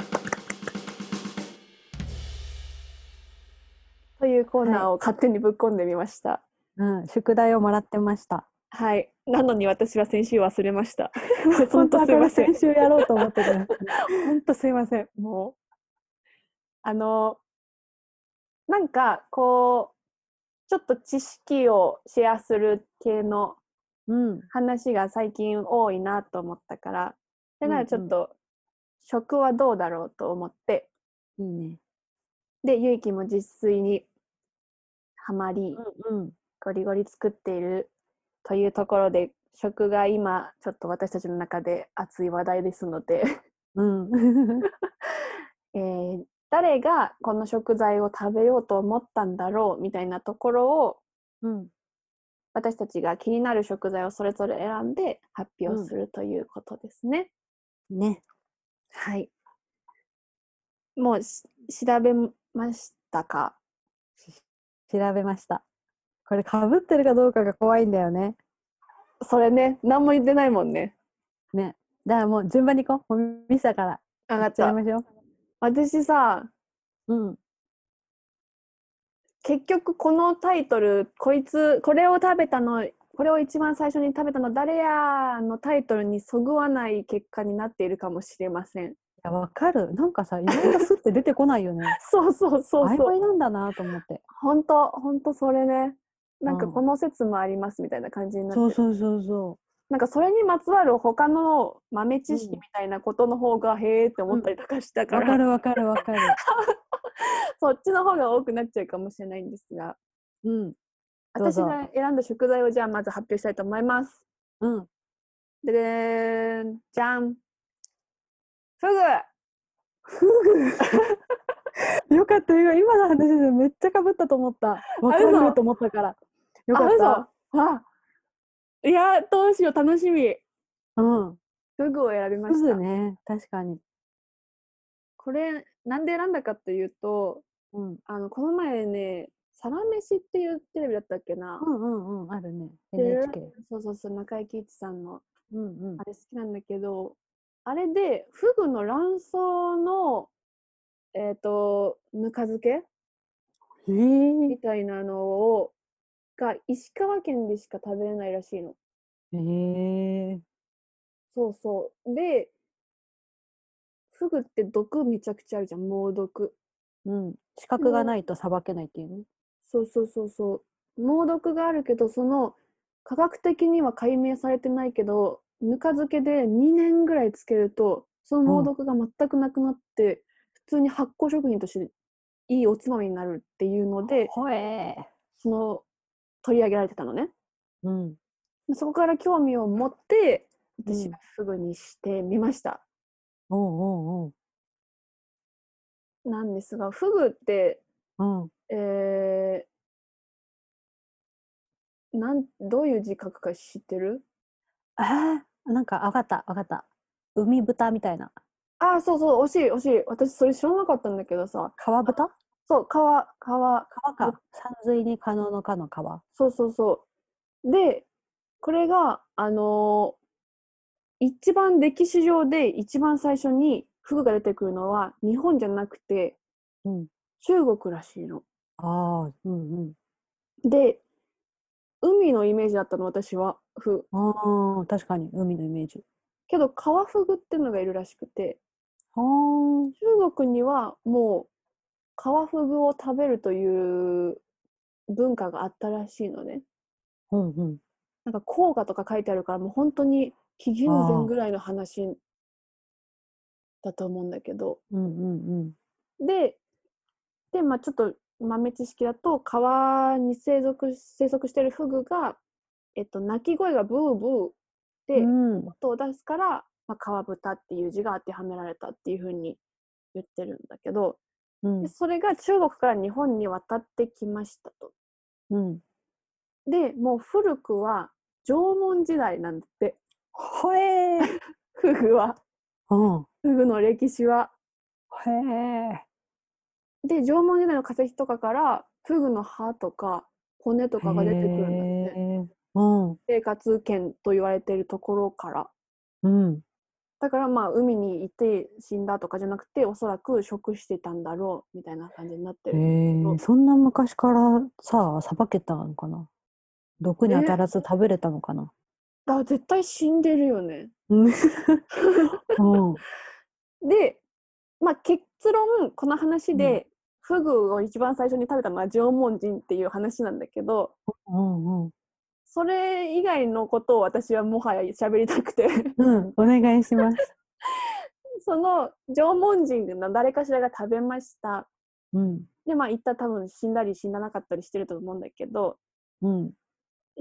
というコーナーを勝手にぶっ込んでみました。うん、宿題をもらってました。はい。なのに私は先週忘れました。 [laughs] 本当すいはません先。週やろうと思ってた。 [laughs] 本当すいません。もう。あの、なんか、こう、ちょっと知識をシェアする系のうん。話が最近多いなと思ったから、で、ならちょっうと、食はどうだろうと思って、いいね。で、ゆいきも実炊にはまり、うんうん。ゴリゴリ作っているというところで、食が今、ちょっと私たちの中で熱い話題ですので、うん。 [laughs] えー誰がこの食材を食べようと思ったんだろうみたいなところをうん。私たちが気になる食材をそれぞれ選んで発表するということですね。ね。はい。もうし調べましたか調べました。これ被ってるかどうかが怖いんだよね。それね、何も言ってないもんね。ね。だからもう順番に行こう。もうミサから。上がっちゃいた。ましょう。私さ、うん。結局このタイトル、こいつ、これを食べたの、これを一番最初に食べたの誰やのタイトルにそぐわない結果になっているかもしれません。 [laughs] いや、わかる。なんかさ、意外とスって出てこないよね。そうそう [laughs] そう曖そう。昧なんだなと思って。本当本当それね。なんかうんこの説もありますみたいな感じになってるそうそうそうそなんかそれにまつわる他の豆知識うんみたいなことの方が、へえって思ったりとかしたう。かわら、かるわかるわかる。そっちの方が多くなっちゃうかもしれないんですがうん。どう私ぞが選んだ食材をじゃあまず発表したいと思います。うん。ででーんじゃんフグよかった。今今の話でめっちゃ被ったと思った。わか嘘ると思ったから。よかった。あ嘘あいやどうしよう楽しみうん。フグを選びまそうしでた、すね。確かに。これなんで選んだかっていうとうん。あのこの前ね「サラメシ」っていうテレビだったっけな、うんうんうん。あるね。知ってる NHK。そうそうそう中井貴一さんのうんうんあ。れ好きなんだけどあれでフグの卵巣のえっ、とぬか漬けへみたいなのをが石川県でしか食べれないらしいの。え。へえ。そうそうでフグって毒めちゃくちゃあるじゃん猛毒。うん。資格がないとさばけないっていうね。そうそうそうそう猛毒があるけどその科学的には解明されてないけどぬか漬けで2年ぐらいつけるとその猛毒が全くなくなって、普通に発酵食品としていいおつまみになるっていうのでほえその取り上げられてたのねー。うん。そこから興味を持ってうん私はすぐにしてみました、おうおうなんですがフグっておう。えー、なんどういう字書くか知ってるうん。ああ、なんか、わかった、わかった。海豚みたいな。あーそうそう惜しい惜しい私それ知らなかったんだけどさ川豚そう川川川か。山水に可能の可の川。そうそうそうでこれがあのー一番歴史上で一番最初にフグが出てくるのは日本じゃなくてうん。中国らしいの。ああ、うんうん。で海のイメージだったの私はフああ、確かに、海のイメージ。けど川フグっていうのがいるらしくてあー中国にはもう川フグを食べるという文化があったらしいのね。うんうん。なんか効果とか書いてあるからもう本当に紀元あ前ーぐらいの話だと思うんだけどうんうんうん。でで、まあ、ちょっと豆知識だと川に生息生息してるフグが、えっと、鳴き声がブーブーでうん、音を出すから、まあ、川豚っていう字が当てはめられたっていうふうに言ってるんだけどうんで、それが中国から日本に渡ってきましたと。うん。でもう古くは縄文時代なんだって [laughs] ほえー。フグは。うん。フグの歴史は。へえ。で縄文時代の化石とかからフグの歯とか骨とかが出てくるんだってへーうん。生活圏と言われてるところからうん。だからまあ海にいて死んだとかじゃなくておそらく食してたんだろうみたいな感じになってへる、え、そんな昔からさ、さばけたのかな毒に当たらず食べれたの [laughs] かな、だから絶対死んでるよねうんうん。でまあ結論この話で、フグを一番最初に食べたのは縄文人っていう話なんだけどうんうん。それ以外のことを私はもはや喋りたくて [laughs] うん、お願いします。その縄文人の誰かしらが食べました。うん。で、まあ、一旦多分死んだり死んだなかったりしてると思うんだけど、うん。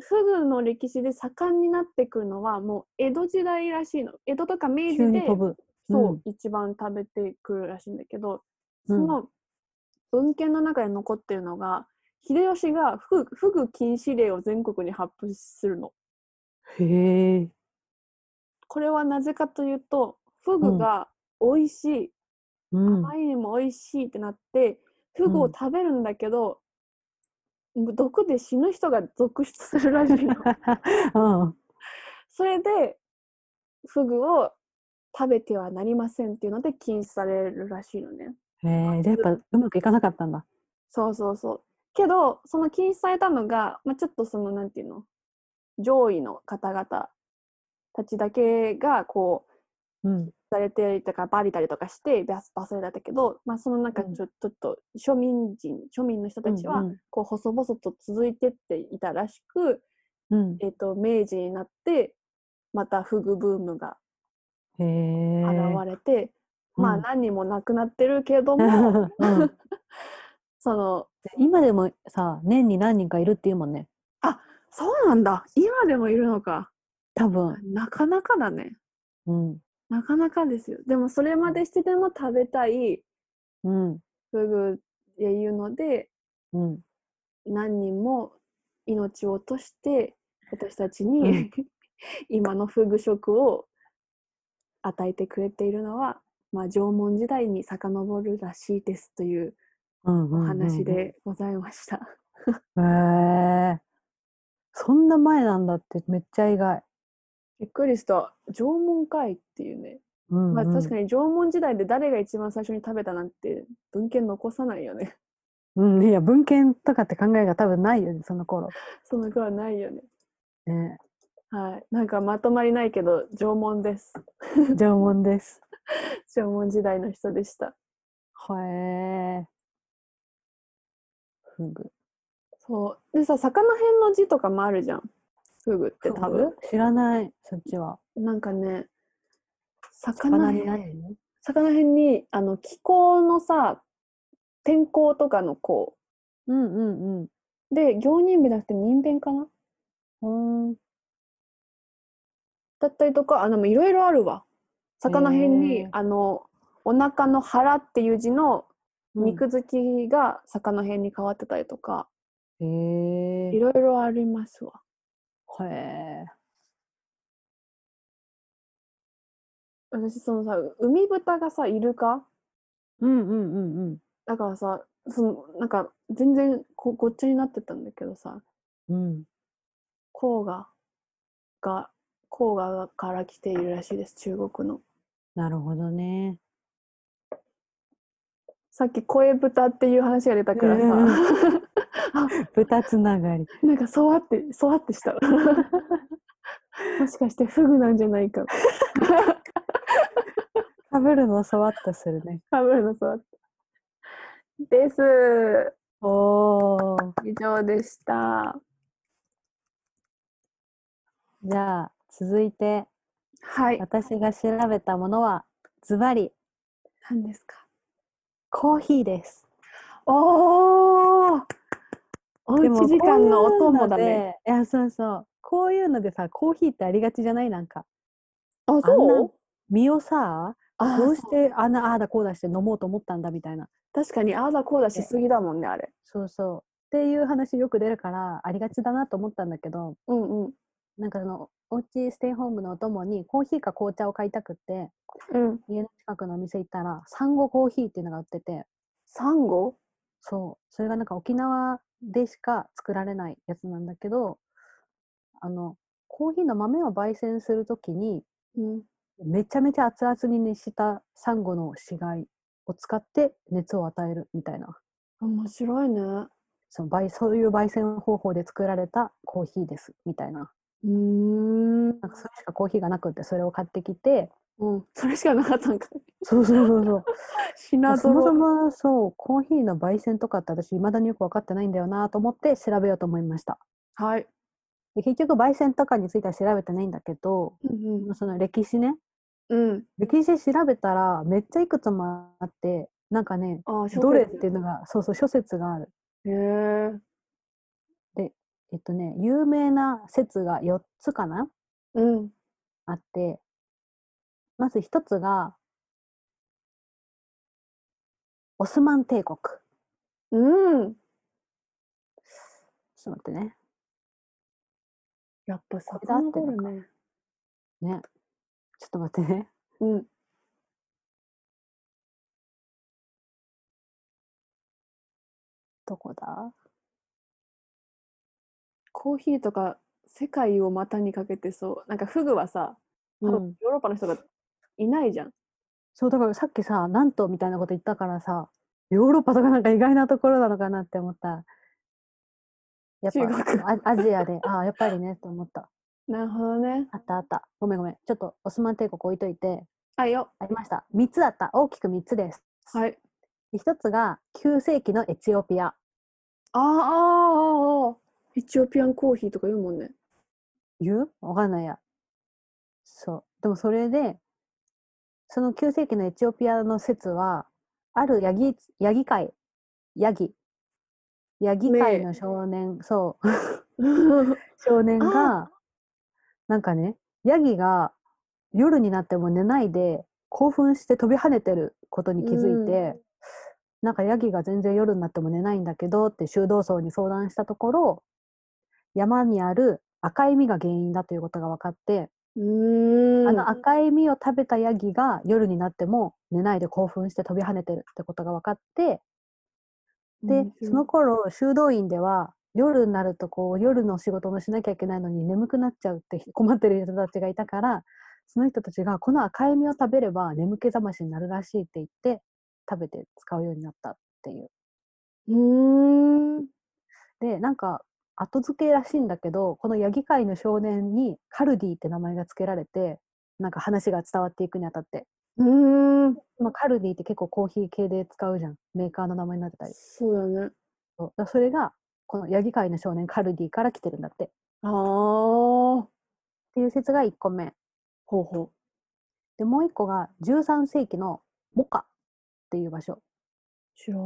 フグの歴史で盛んになってくるのは、もう江戸時代らしいの。江戸とか明治急にで、飛ぶ。そう、一番食べてくるらしいんだけど、そうんの文献の中で残ってるのが秀吉がフグフグ禁止令を全国に発布するの。へえ。これはなぜかというとフグが美味しい、うん。甘いにも美味しいってなってフグを食べるんだけど、毒で死ぬ人が続出するらし [laughs] いのうんそれでフグを食べてはなりませんっていうので禁止されるらしいのねへえ。じゃあやっぱうまくいかなかったんだ。そうそうそうけどその禁止されたのが、まあ、ちょっとそのなんていうの上位の方々たちだけがこううん。されてとかバリたりとかしてバスバスだったけど、まあ、そのなんかちょ,、うんちょっと庶民人庶民の人たちはうんこう細々と続いてっていたらしく、うん。えっと明治になってまたフグブームがへえ。現れて、まあうん何人もなくなってるけども、 [laughs] うんその今でもさ、年に何人かいるっていうもんね。そうなんだ今でもいるのか多分。なかなかだねうん。なかなかですよでもそれまでしてでも食べたいうん。フグっていうのでうん。何人も命を落として私たちに、うん [laughs] 今のフグ食を与えてくれているのは、まあ、縄文時代に遡るらしいですといううんおうん話。でございました。うんうんへえ。そんな前なんだってめっちゃ意外。びっくりした縄文会っていうね、うんうんまあ、確かに縄文時代で誰が一番最初に食べたなんて文献残さないよね [laughs] うん、いや文献とかって考えが多分ないよねその頃その頃ないよね [laughs] ねはいなんかまとまりないけど縄文です [laughs] 縄文です縄文時代の人でしたへえフグそうでさ魚編の字とかもあるじゃんフグって多分フグ知らないそっちはなんかね魚魚に編何魚編にあの気候のさ天候とかのこうんうんうんうで行人部じゃなくて人弁かなほんだったりとかあでもいろいろあるわ魚編へにーあのお腹の腹っていう字の肉付きが魚編に変わってたりとかへいえろいろありますわへえ私そのさ海豚がさイルカうんうんうんうんだからさそのなんか全然こごっちゃになってたんだけどさうん黄河が黄河から来ているらしいです中国のなるほどねさっき声豚っていう話が出たからさ、うん [laughs] 豚つながり [laughs] なんかそうあってそうあってした [laughs] もしかしてフグなんじゃないか食べるのさわっとするねかぶるのそうあってですおー以上でしたじゃあ続いてはい私が調べたものはズバリ何ですかコーヒーです。おーおうち時間のお供だね。こういうのでいやそうそう。こういうのでさコーヒーってありがちじゃないなんかあ身をさあどうしてあんなああだこうだして飲もうと思ったんだみたいな確かにああだこうだしすぎだもんねあれそうそうっていう話よく出るからありがちだなと思ったんだけどうんうんなんかそのおうちステイホームのお供にコーヒーか紅茶を買いたくってうん家の近くのお店行ったらサンゴコーヒーっていうのが売っててサンゴそう。それがなんか沖縄でしか作られないやつなんだけど、あの、コーヒーの豆を焙煎するときに、うんめちゃめちゃ熱々に熱したサンゴの死骸を使って熱を与えるみたいな、面白いねうその焙そういう焙煎方法で作られたコーヒーですみたいな。ーんなんかそれしかコーヒーがなくって、それを買ってきて、うんそれしかなかったんかいそうそうそうそう。品そもそ揃もそう、コーヒーの焙煎とかって私、未だによく分かってないんだよなと思って調べようと思いました。えはいで結局焙煎とかについては調べてないんだけどうんその歴史ねうんうん歴史調べたらめっちゃいくつもあってなんかねあー小どれっ説ていうのがそうそう諸説があるへええっとね有名な説が4つかなうんあってまず1つがオスマン帝国。うん。ちょっと待ってね。やっぱさこれで合ってるるのね。ちょっと待ってね。うん。どこだコーヒーとか世界を股にかけてそう。なんかフグはさ、多う分ん。ヨーロッパの人がいないじゃん。そう、だからさっきさ、なんとみたいなこと言ったからさ、ヨーロッパとかなんか意外なところなのかなって思った。やっぱ中国あアジアで、ああ、やっぱりね、と思った。なるほどね。あったあった。ごめんごめん。ちょっとオスマン帝国置いといて、あいよ。ありました。3つあった。大きく3つです。はい。で1つが9世紀のエチオピあア。ーあーあーあーエチオピアンコーヒーとか言うもんね。言うわかんないや。そう。でもそれで、その9世紀のエチオピアの説は、あるヤギ、ヤギ界、ヤギ、ヤギ界ねの少年、そう、うん少年が、なんかね、ヤギが夜になっても寝ないで興奮して飛び跳ねてることに気づいて、なんかヤギが全然夜になっても寝ないんだけどって修道僧に相談したところ、山にある赤い実が原因だということが分かって、 [laughs] うーん。あの赤い実を食べたヤギが夜になっても寝ないで興奮して飛び跳ねてるってことが分かって、で面、白いその頃、修道院では、夜になるとこう、夜の仕事もしなきゃいけないのに眠くなっちゃうって困ってる人たちがいたから、その人たちが、この赤い実を食べれば眠気覚ましになるらしいって言って、食べて使うようになったっていう。うーん。で、なんか、後付けらしいんだけど、このヤギ界の少年にカルディって名前が付けられて、なんか話が伝わっていくにあたって。うーん。まあ、カルディって結構コーヒー系で使うじゃん。メーカーの名前になってたり。そうだね。そうだからそれが、このヤギ界の少年カルディから来てるんだって。ああ。ほっていう説が1個目。うほで、もう1個が13世紀のモカっていう場所。う。知らん。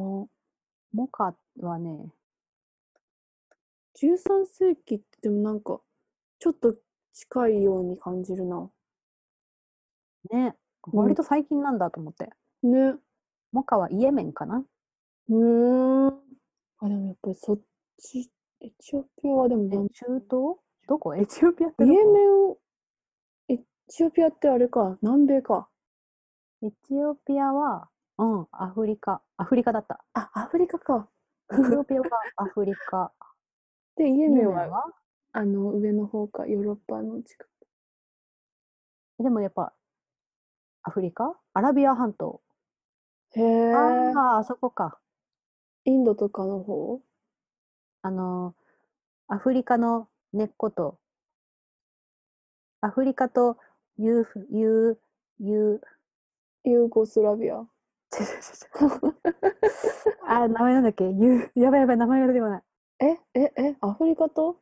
モカはね、 13世紀ってでもなんかちょっと近いように感じるな。ね、うん割と最近なんだと思って。ね。モカはイエメンかなうーん。あでもやっぱりそっちエチオピアはでもえ中なん東どこエチオピアってイどエこメンをエチオピアってあれか南米か。エチオピアは、うん、アフリカ。アフリカ [laughs] だった。あアフリカか。エチオピアはアフリカ。でイイエエメメンンははあの上の方かヨーロッパの近く。でもやっぱ、アフリカアラビア半島。へあえ。あ、あそこか。インドとかの方あのー、アフリカの根っこと、アフリカとユーフ、ユー、ユユーゴスラビア。ー、あー、名前なんだっけユー、やば [laughs] いやばい、名前が出てこない。 [laughs] えええアフリカと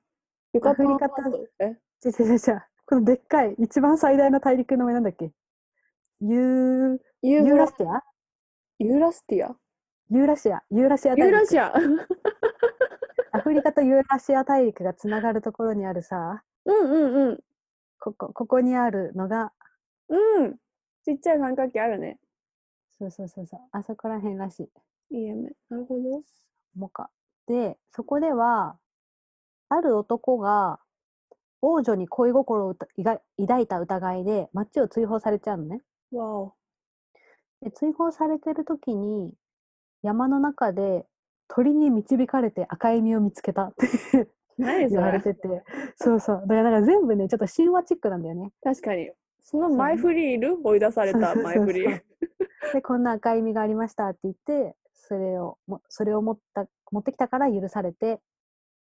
ユカタンアフリカと半島えちょちょちょちょ、このでっかい、一番最大の大陸の名前なんだっけユー、ユユーーララシアユーラスティアユーラシア、ユーラシアユ大ーラ陸。シア [laughs] アフリカとユーラシア大陸がつながるところにあるさ、うんうんうん。ここ、ここにあるのが、うん。ちっちゃい三角形あるね。そうそうそうそう、あそこらへんらしい。いいえめ。なるほど。モカ。で、そこでは、ある男が王女に恋心をうたいが抱いた疑いで町を追放されちゃうのね。わお。で追放されてる時に山の中で鳥に導かれて赤い実を見つけたって [laughs] 何そ言われれててそうそうだからなんか全部ねちょっと神話チックなんだよね。確かに。その前振りいる追い出されたそうそうそうそう前振り。でこんな赤い実がありましたって言ってそれをもそれを持った持ってきたから許されて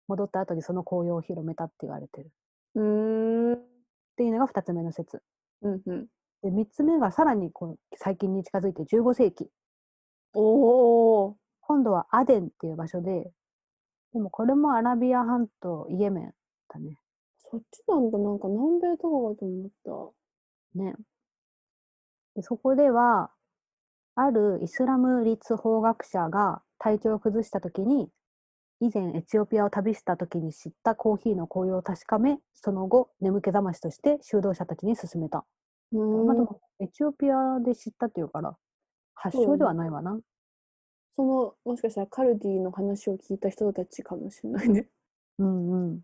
戻った後にその紅葉を広めたって言われてる。うーん。っていうのが2つ目の説。うんうん。で3つ目がさらにこの最近に近づいて15世紀おお。今度はアデンっていう場所ででもこれもアラビア半島イエメンだね。そっちなんだ。なんか南米とかかと思っねでそこではあるイスラム律法学者が体調を崩した時に以前エチオピアを旅した時に知ったコーヒーの紅葉を確かめその後眠気覚ましとして修道者たちに勧めた。た。うまーあ、でん。もエチオピアで知ったっていうから発そう祥ねではないわな。そのもしかしたらカルディの話を聞いた人たちかもしれないね。うんうん。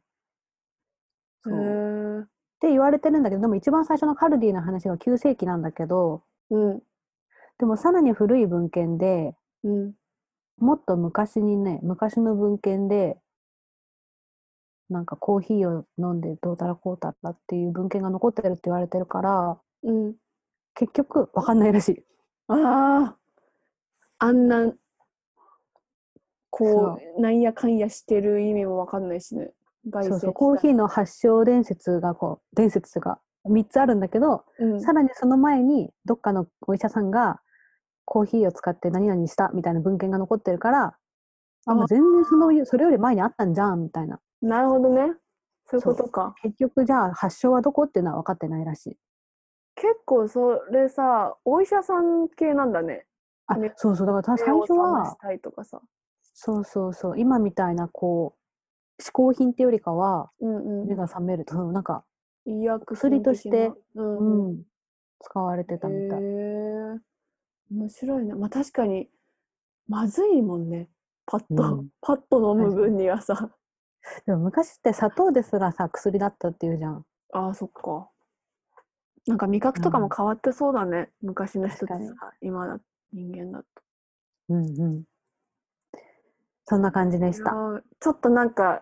そうへっーて言われてるんだけどでも一番最初のカルディの話が9世紀なんだけどうんでもさらに古い文献でうんもっと昔にね昔の文献でなんかコーヒーを飲んでどうたらこうたらっていう文献が残ってるって言われてるからうん。結局わかんない [laughs] らしい。あああんなこそうなんやかんやしてる意味もわかんないしね。焙そう煎そうコーヒーの発祥伝説がこう伝説が3つあるんだけどうんさらにその前にどっかのお医者さんがコーヒーを使って何々したみたいな文献が残ってるからあもう全然そのそれより前にあったんじゃんみたいななるほどね。そういうことか。結局じゃあ発祥はどこっていうのは分かってないらしい結構それさお医者さん系なんだね。あねそうそうだからた最目初を覚まはしたいとかさ。そうそうそう今みたいなこう嗜好品っていうよりかはうんうん目。が覚めるとそのなんか、医薬薬として品的な。ううんうん。ん、使われてたみたいへえ面白いなまあ確かにまずいもんねパッと、うんパッと飲む分にはさでも昔って砂糖ですらさ薬だったっていうじゃんあーそっかなんか味覚とかも変わってそうだね、昔の人たち確が今だ人間だとうんうんそんな感じでしいたやーちょっとなんか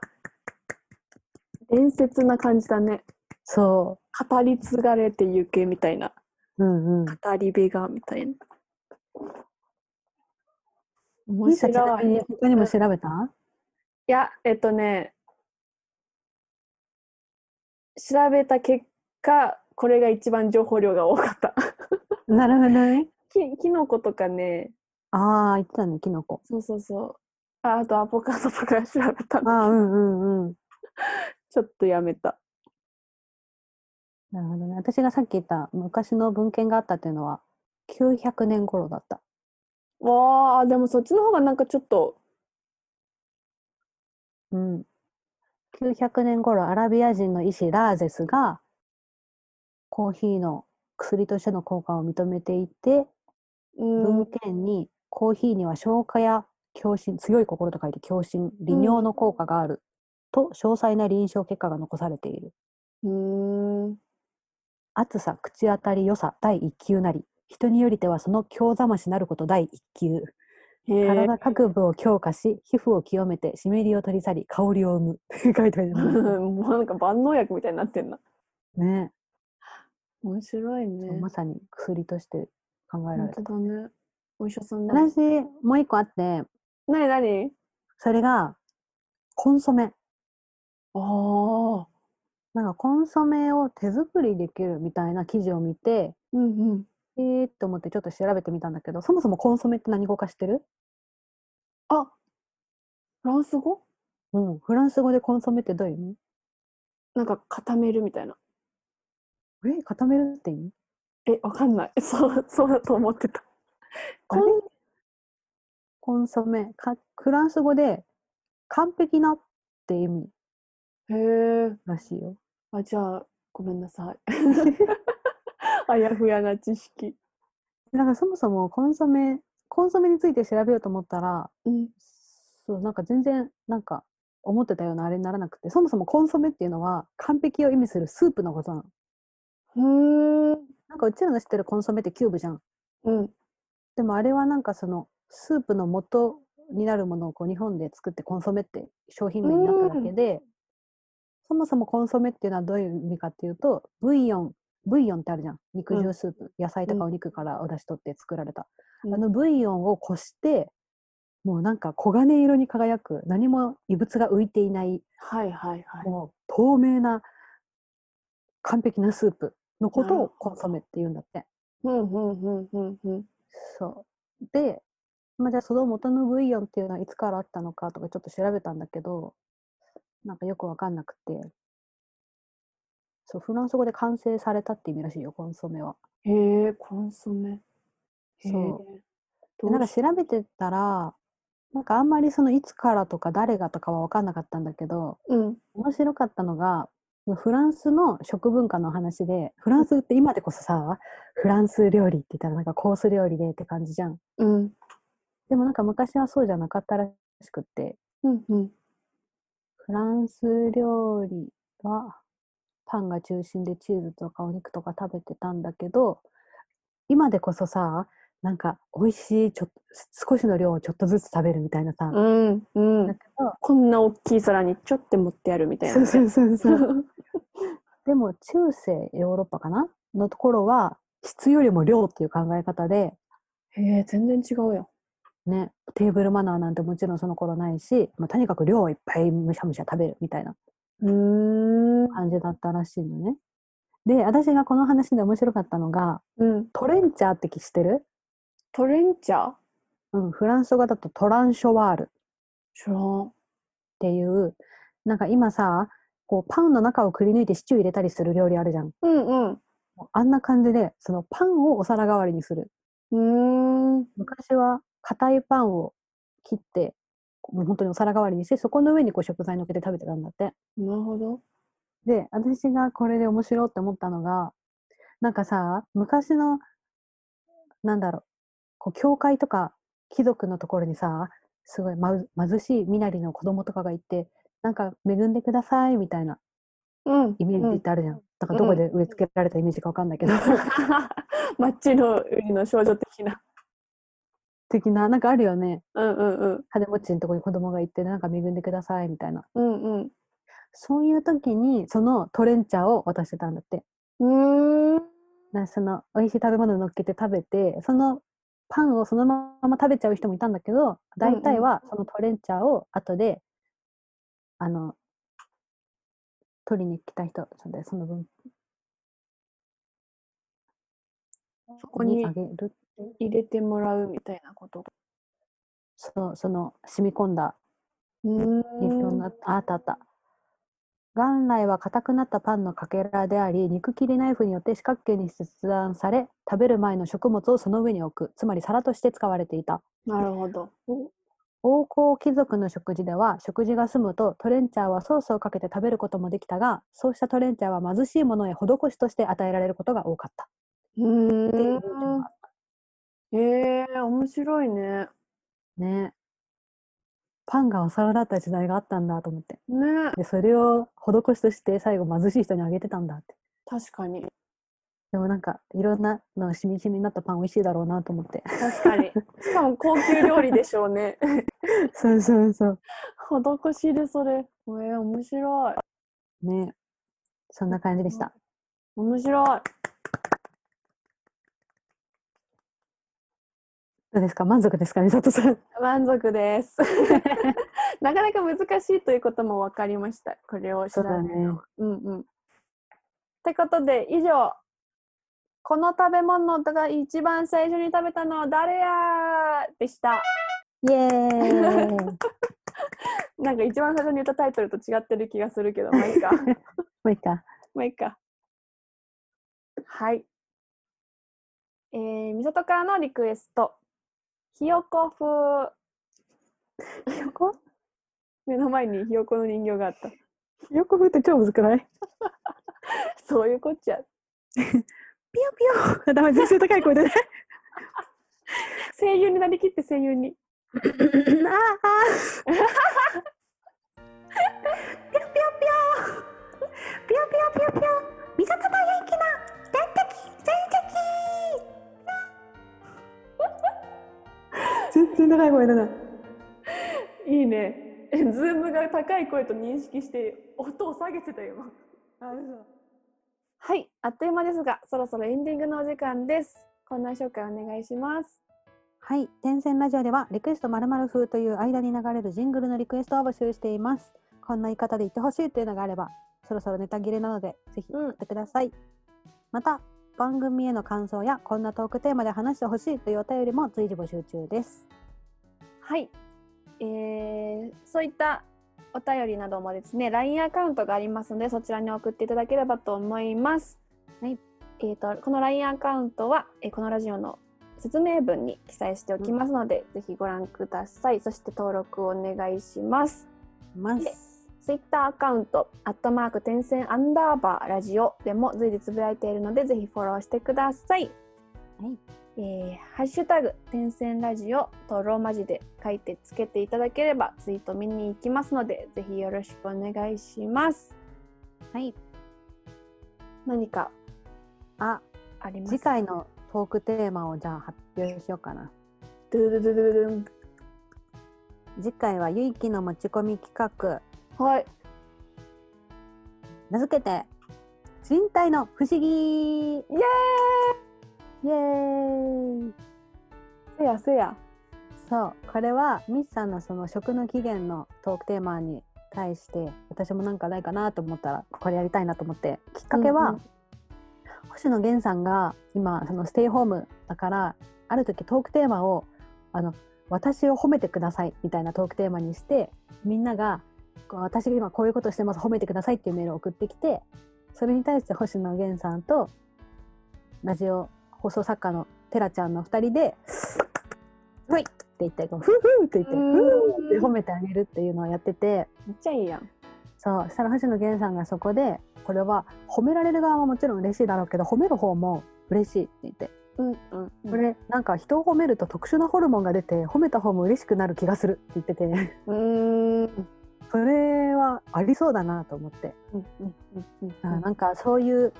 伝説な感じだねそ語り継がれてゆけみたいなううんうん語り部がみたいな面ミサちな白いみに他にも調べたいや、えっとね、調べた結果、これが一番情報量が多かった。 [laughs] なるほどねきキノコとかね、ああ言ってたねキノコそうそうそう。ああとアボカドとか調べたあの。あうんうんうんちょっとやめた。なるほどね私がさっき言った昔の文献があったっていうのは900年頃だったわあ、でもそっちの方がなんかちょっと、うん、900年頃アラビア人の医師ラーゼスがコーヒーの薬としての効果を認めていて、うん、文献にコーヒーには消化や強心強い心と書いて強心利尿の効果がある、と詳細な臨床結果が残されているうーん、暑さ口当たり良さ第一級なり人によりてはその強ざましなること第一級へえ。体各部を強化し皮膚を清めて湿りを取り去り香りを生 [laughs] む書いてある [laughs] [laughs] もうなんか万能薬みたいになってんな。ね面白いそうねま。さに薬として考えら本れた当。だね。お医者さんだ。私、もう一個あって、なになにそれが、コンソメ。ああ、なんか、コンソメを手作りできるみたいな記事を見て、うんうん。えーって思ってちょっと調べてみたんだけど、そもそもコンソメって何語か知ってるあフランス語うん。フランス語でコンソメってどういう意なんか固めるみたいな。味え、固めるって意味え、わかんない。 [laughs] そう、そうだと思ってた。あこれんコンソメか。フランス語で、完璧なって意味へえ。らしいよ。あ、じゃあ、ごめんなさい。 [laughs] あやふやな知識。だからそもそもコンソメ、コンソメについて調べようと思ったら、うん。そう、なんか全然、なんか、思ってたようなあれにならなくて、そもそもコンソメっていうのは、完璧を意味するスープのことなの。うん。なんか、うちらの知ってるコンソメってキューブじゃん。うん。でも、あれはなんかその、スープの素になるものをこう日本で作ってコンソメって商品名になっただけで、そもそもコンソメっていうのはどういう意味かっていうと、ブイヨン、ブイヨンってあるじゃん。肉うん汁スープ、野菜とうんかお肉からお出し取って作られた。うんあのブイヨンをこして、もうなんか黄金色に輝く、何も異物が浮いていないはいはいはい。もう透明な完璧なスープのことなるをほコンソメって言うんだって。うんうんうんうんうん。そうで、まあ、じゃあその元のブイヨンっていうのはいつからあったのかとかちょっと調べたんだけどなんかよくわかんなくてそうフランス語で完成されたって意味らしいよコンソメは。へえ、コンソメ。へえ。そどでなんうかし調べてたらなんかあんまりそのいつからとか誰がとかはわかんなかったんだけどうん。面白かったのがフランスの食文化の話でフランスって今でこそさフランス料理って言ったらなんかコース料理でって感じじゃんうん。でもなんか昔はそうじゃなかったらしくって、うんうん。フランス料理はパンが中心でチーズとかお肉とか食べてたんだけど今でこそさなんか美味しいちょっと少しの量をちょっとずつ食べるみたいなさ、うんうだん。けどこんな大きい皿にちょっと持ってやるみたいなね。そうそうそうそうでも中世ヨーロッパかなのところは質よりも量っていう考え方で、 [laughs] へえ、全然違うよ。ね、テーブルマナーなんてもちろんその頃ないし、まあ、とにかく量をいっぱいむしゃむしゃ食べるみたいなうーん。うん感じだったらしいのね。で私がこの話で面白かったのが。トレンチャーって知ってる、トレンチャーうん、フランス語だとトランショワールっ知らん。ていうなんか今さこうパンの中をくり抜いてシチュー入れたりする料理あるじゃんうんあんな感じでそのパンをお皿代わりにするうん。うーん。昔は硬いパンを切ってこうもう本当にお皿代わりにしてそこの上にこう食材のっけて食べてたんだってなるほど。で私がこれで面白いって思ったのがなんかさ昔のなんだろうこう教会とか貴族のところにさすごいまう貧しい身なりの子供とかがいてなんか恵んでくださいみたいなうん。 [laughs] イメージってあるじゃん、だからどこで植え付けられたイメージかわかんないけど、 [laughs] マッチの売りの少女的な。的ななんかあるよねうんうんうん。金持ちのとこに子供が行ってなんか恵んでくださいみたいなうんそういう時にそのトレンチャーを渡してたんだってうん。うーん。なその美味しい食べ物乗っけて食べてそのパンをそのまま食べちゃう人もいたんだけど大体はそのトレンチャーを後で、あの取りに来た人ちょっと待ってその分そこにあげる入れてもらうみたいなこと。そうその染み込んだうーん。いろんなああったあった元来は硬くなったパンのかけらであり肉切りナイフによって四角形に切断され食べる前の食物をその上に置くつまり皿として使われていたなるほど。王侯貴族の食事では食事が済むとトレンチャーはソースをかけて食べることもできたがそうしたトレンチャーは貧しい者へ施しとして与えられることが多かったうっていーう流暢んが。ええ面白いね。ねパンがお皿だった時代があったんだと思ってねでそれを施しとして最後貧しい人にあげてたんだって確かに。でもなんかいろんなのしみしみになったパン美味しいだろうなと思って確 [laughs] かに。しかも高級料理でしょうね。 [laughs] そうそうそう [laughs] 施しでそれ。ええ面白い。ねそんな感じでした面白い。どうですか満足ですか美里さん満足 [laughs] です。なかなか難しいということも分かりました。これを調べるのは。うんうん。ってことで以上この食べ物が一番最初に食べたのは誰やでした。イエ [laughs] ーイなんか一番最初に言ったタイトルと違ってる気がするけど、まあいいか。もういいかまあいいか。はい。えー、みさとからのリクエスト。ひよこ [laughs] 風。ひよこ目の前にひよこの人形があった。ひよこ風って超むずくない [laughs] そういうこっちゃ。 [laughs] ピヨピヨ [laughs] ダメ全然高い声でね [laughs] 声優になりきって声優に。あーあーピヨピヨピヨピヨピヨピヨピヨ美里の元気な天敵全敵全然高い声だないいね。えズームが高い声と認識して音を下げてたよ。はい、あっという間ですが、そろそろエンディングのお時間です。こんな紹介お願いします。はい、天線ラジオではリクエストまるまる風という間に流れるジングルのリクエストを募集しています。こんな言い方で言ってほしいというのがあれば、そろそろネタ切れなのでぜひうん送ってください。また番組への感想やこんなトークテーマで話してほしいというお便りも随時募集中です。はい、えー、そういったお便りなどもですね LINE アカウントがありますのでそちらに送っていただければと思います、はいえー、とこの LINE アカウントは、えーこのラジオの説明文に記載しておきますので、ぜひご覧くださいそして登録をお願いしますます。 Twitter アカウント「アットマーク点線アンダーバーラジオ」でも随時つぶやいているのでぜひフォローしてください、はいえーハッシュタグ、点線ラジオとローマ字で書いてつけていただければツイート見に行きますので、ぜひよろしくお願いします。はい。何かあ、あります次回のトークテーマをじゃあ発表しようかな。ドゥドゥドゥドゥドゥン次回はゆいきの持ち込み企画、はい。名付けて、人体の不思議イイエエーイーイせやせや。そう、これはミスさんのその食の起源のトークテーマに対して、私もなんかないかなと思ったら、これやりたいなと思って、きっかけは、うんうん星野源さんが今そのステイホームだからある時トークテーマをあの私を褒めてくださいみたいなトークテーマにしてみんながこう私が今こういうことしてます褒めてくださいっていうメールを送ってきてそれに対して星野源さんとラジオ放送作家のテラちゃんの2人で「ほい!」って言って「こうふうふう!」って言って「うんふう!」って褒めてあげるっていうのをやってて。めっちゃいいやん。そうそしたら星野源さんがそこでこれは褒められる側はもちろん嬉しいだろうけど褒める方も嬉しいって言ってうんうんうこん。れなんか人を褒めると特殊なホルモンが出て褒めた方も嬉しくなる気がするって言ってて [laughs] うーん。それはありそうだなと思って、うんうんうんうんあなんかそういう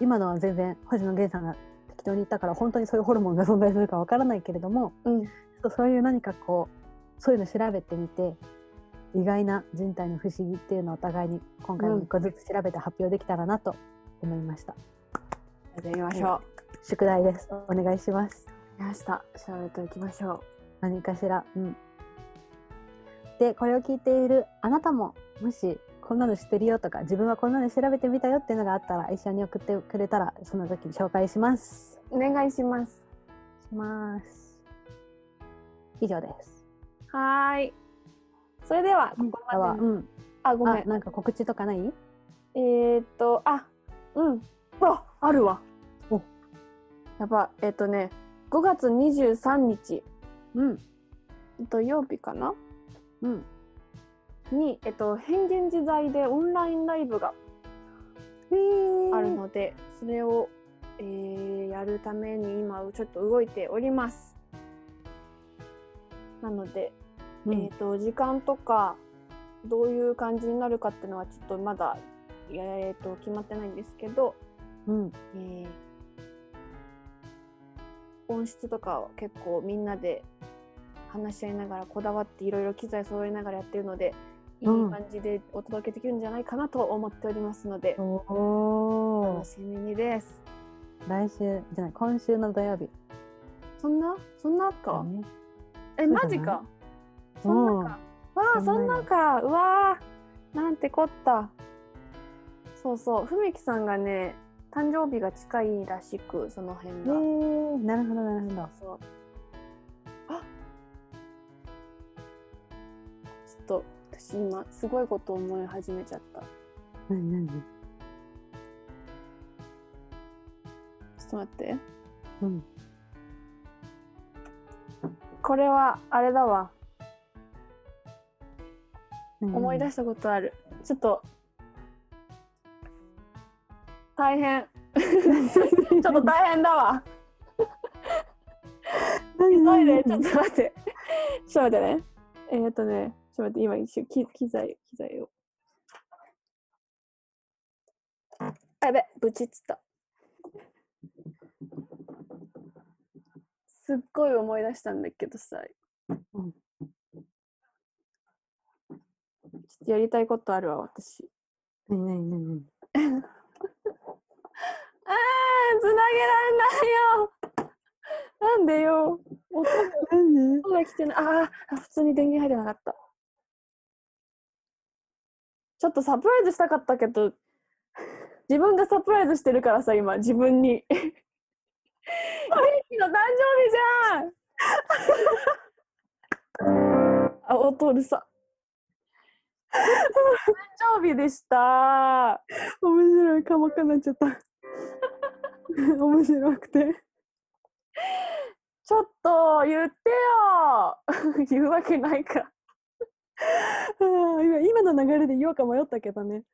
今のは全然星野源さんが適当に言ったから本当にそういうホルモンが存在するかわからないけれどもうんそうそういう何かこうそういうの調べてみて意外な人体の不思議っていうのをお互いに今回も一個ずつ調べて発表できたらなと思いました、やりましょ宿題ですお願いしますう。明日調べておきましょ何かしらうんでこれを聞いているあなたももしこんなの知ってるよとか自分はこんなの調べてみたよっていうのがあったら一緒に送ってくれたらその時に紹介しますう。お願いします。します以上ですはーい。それではここまでの。うん、あ、ごめあん。なんか告知とかないえー、っと、あ、うん。あ、あるわ。おやば、えっとね、5月23日、うん土曜日かなうんに、えっと、変幻自在でオンラインライブがあるので、それを、えーやるために今ちょっと動いております。なので、うんえっと、時間とか、どういう感じになるかっていうのはちょっとまだ、えっと、決まってないんですけど、うんえー音質とかを結構みんなで話し合いながらこだわっていろいろ機材揃えながらやってるのでいいうん感じでお届けできるんじゃないかなと思っておりますので、お楽ーしみにです。来週じゃない今週の土曜日そんなそんなだか、ねえそうじゃなマいジかそんなかわあそそんんななのかうわーなんてこったそうそう文樹さんがね誕生日が近いらしくその辺えが。ー、なるほどなるほどそう。あちょっと私今すごいこと思い始めちゃった。ち何何ょっと待って。うんこれはあれだわ。何思い出ししたことある。ちょっと。大 [laughs] 変。ちょっと大変だわ。急トイ [laughs] レ、ちょっと待って。ちょっと待ってね。えーっとね、ちょっと待って、今一瞬機機材、機材を。あやべ、ぶちっつった。すっごい思い出したんだけどさ。うんちょっとやりたいことあるわ、私。何何何何あー、つなげられないよなんでよ音がなんで音が来てない。あーあ、普通に電源入れなかった。ちょっとサプライズしたかったけど、自分がサプライズしてるからさ、今、自分に。ミッキーの誕生日じゃんあ、音うる [laughs] さ。誕生日でした。面白いかまかなっちゃった [laughs] 面白くてちょっと言 [laughs] ってよ言うわけないか。あー今今の流れで言おうか迷ったけどね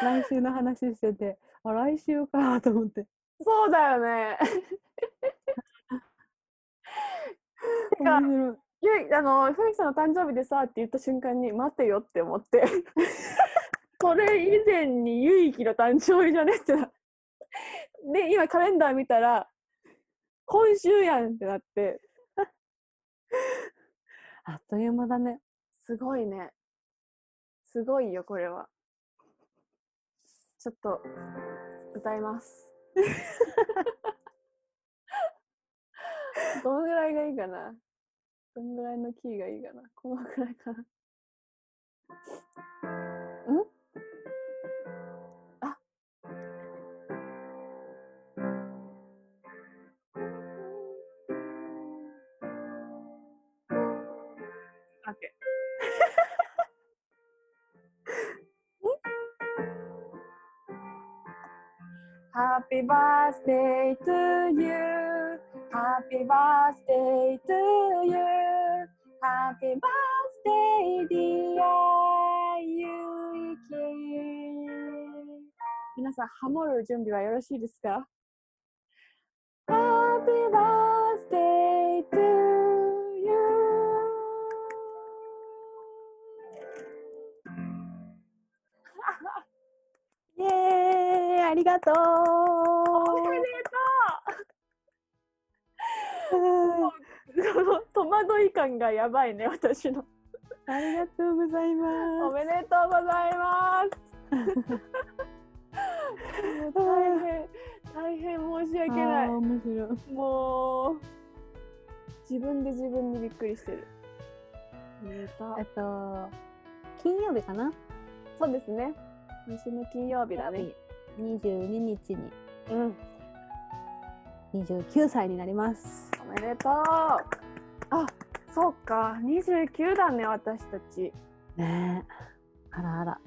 来週の話しててあ来週かと思ってそうだよね。[laughs] てか面白いゆいあの、ふみさんの誕生日でさって言った瞬間に、待てよって思って。 [laughs] それ以前にゆいきの誕生日じゃねってな。で、今カレンダー見たら、今週やんってなって。 [laughs] あっという間だね。すごいね。すごいよ、これは。ちょっと、歌います。どのぐらいがいいかなどのぐらいのキーがいいかなこのぐらいかな。んあ待って。Happy [laughs] birthday to you. Happy birthday to you. Happy birthday, dear Yuki. 皆さん、ハモる準備はよろしいですか ?Happy birthday to [laughs] you. イエーイありがとうおめで [laughs] うんとうこの戸惑い感がやばいね、私の。ありがとうございおまめでとうございます。 [laughs] もう大変、大変申しす。訳なあー面白い。い。もう。自分で自分にびっくりしてる。おめでとえうっと、金曜日かなそうですね。今週の金曜日だね。 22日にうん、 29歳になります。おめでとう。あ、そうか、二十九だね、私たち。ねえ。あらあら。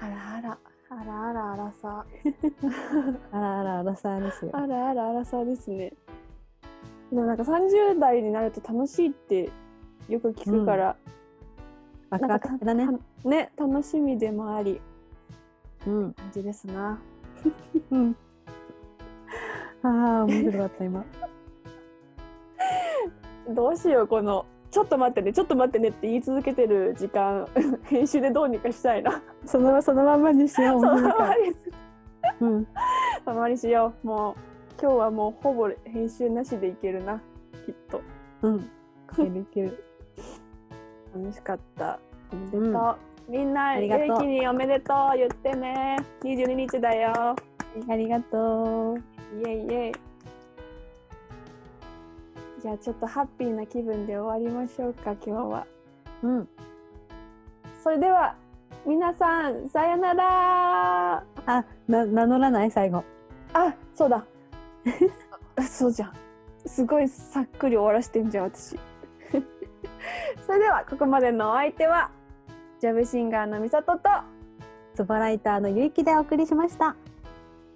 あらあら、あらあら、あらさ。あらあら、あらさですよ。あらあら、あらさですね。でもなんか30代になると楽しいってよく聞くから、ワクなんワかクだね。たね楽しみでもありうん。感じですなうん。ああ、面白かった、今。どうしようこのちょっと待ってねちょっと待ってねって言い続けてる時間 [laughs] 編集でどうにかしたいなその、そのまんまにしよう。そ面の白いまかまらにす [laughs] うん。そのままにしようもう今日はもうほぼ編集なしでいけるなきっとうん。いけるいける。楽しかったおめでとう、うんみんなありがとう元気におめでとう言ってね22日だよありがとう。イエイイエイじゃあちょっとハッピーな気分で終わりましょうか今日はうん。それでは皆さんさよならあ、な、名乗らない最後。あそうだ [laughs] あそうじゃんすごいさっくり終わらしてんじゃん私 [laughs] それではここまでのお相手はジョブシンガーのみさととスバライターのゆいきでお送りしました。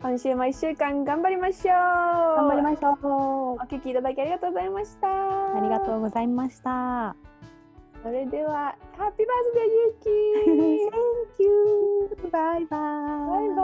今週も1週間頑張りましょう頑頑張りましょう。お聞きいただきありがとうございましたありがとうございました。それで [laughs] はハッピーバースデーゆうき you. Bye bye. バイバ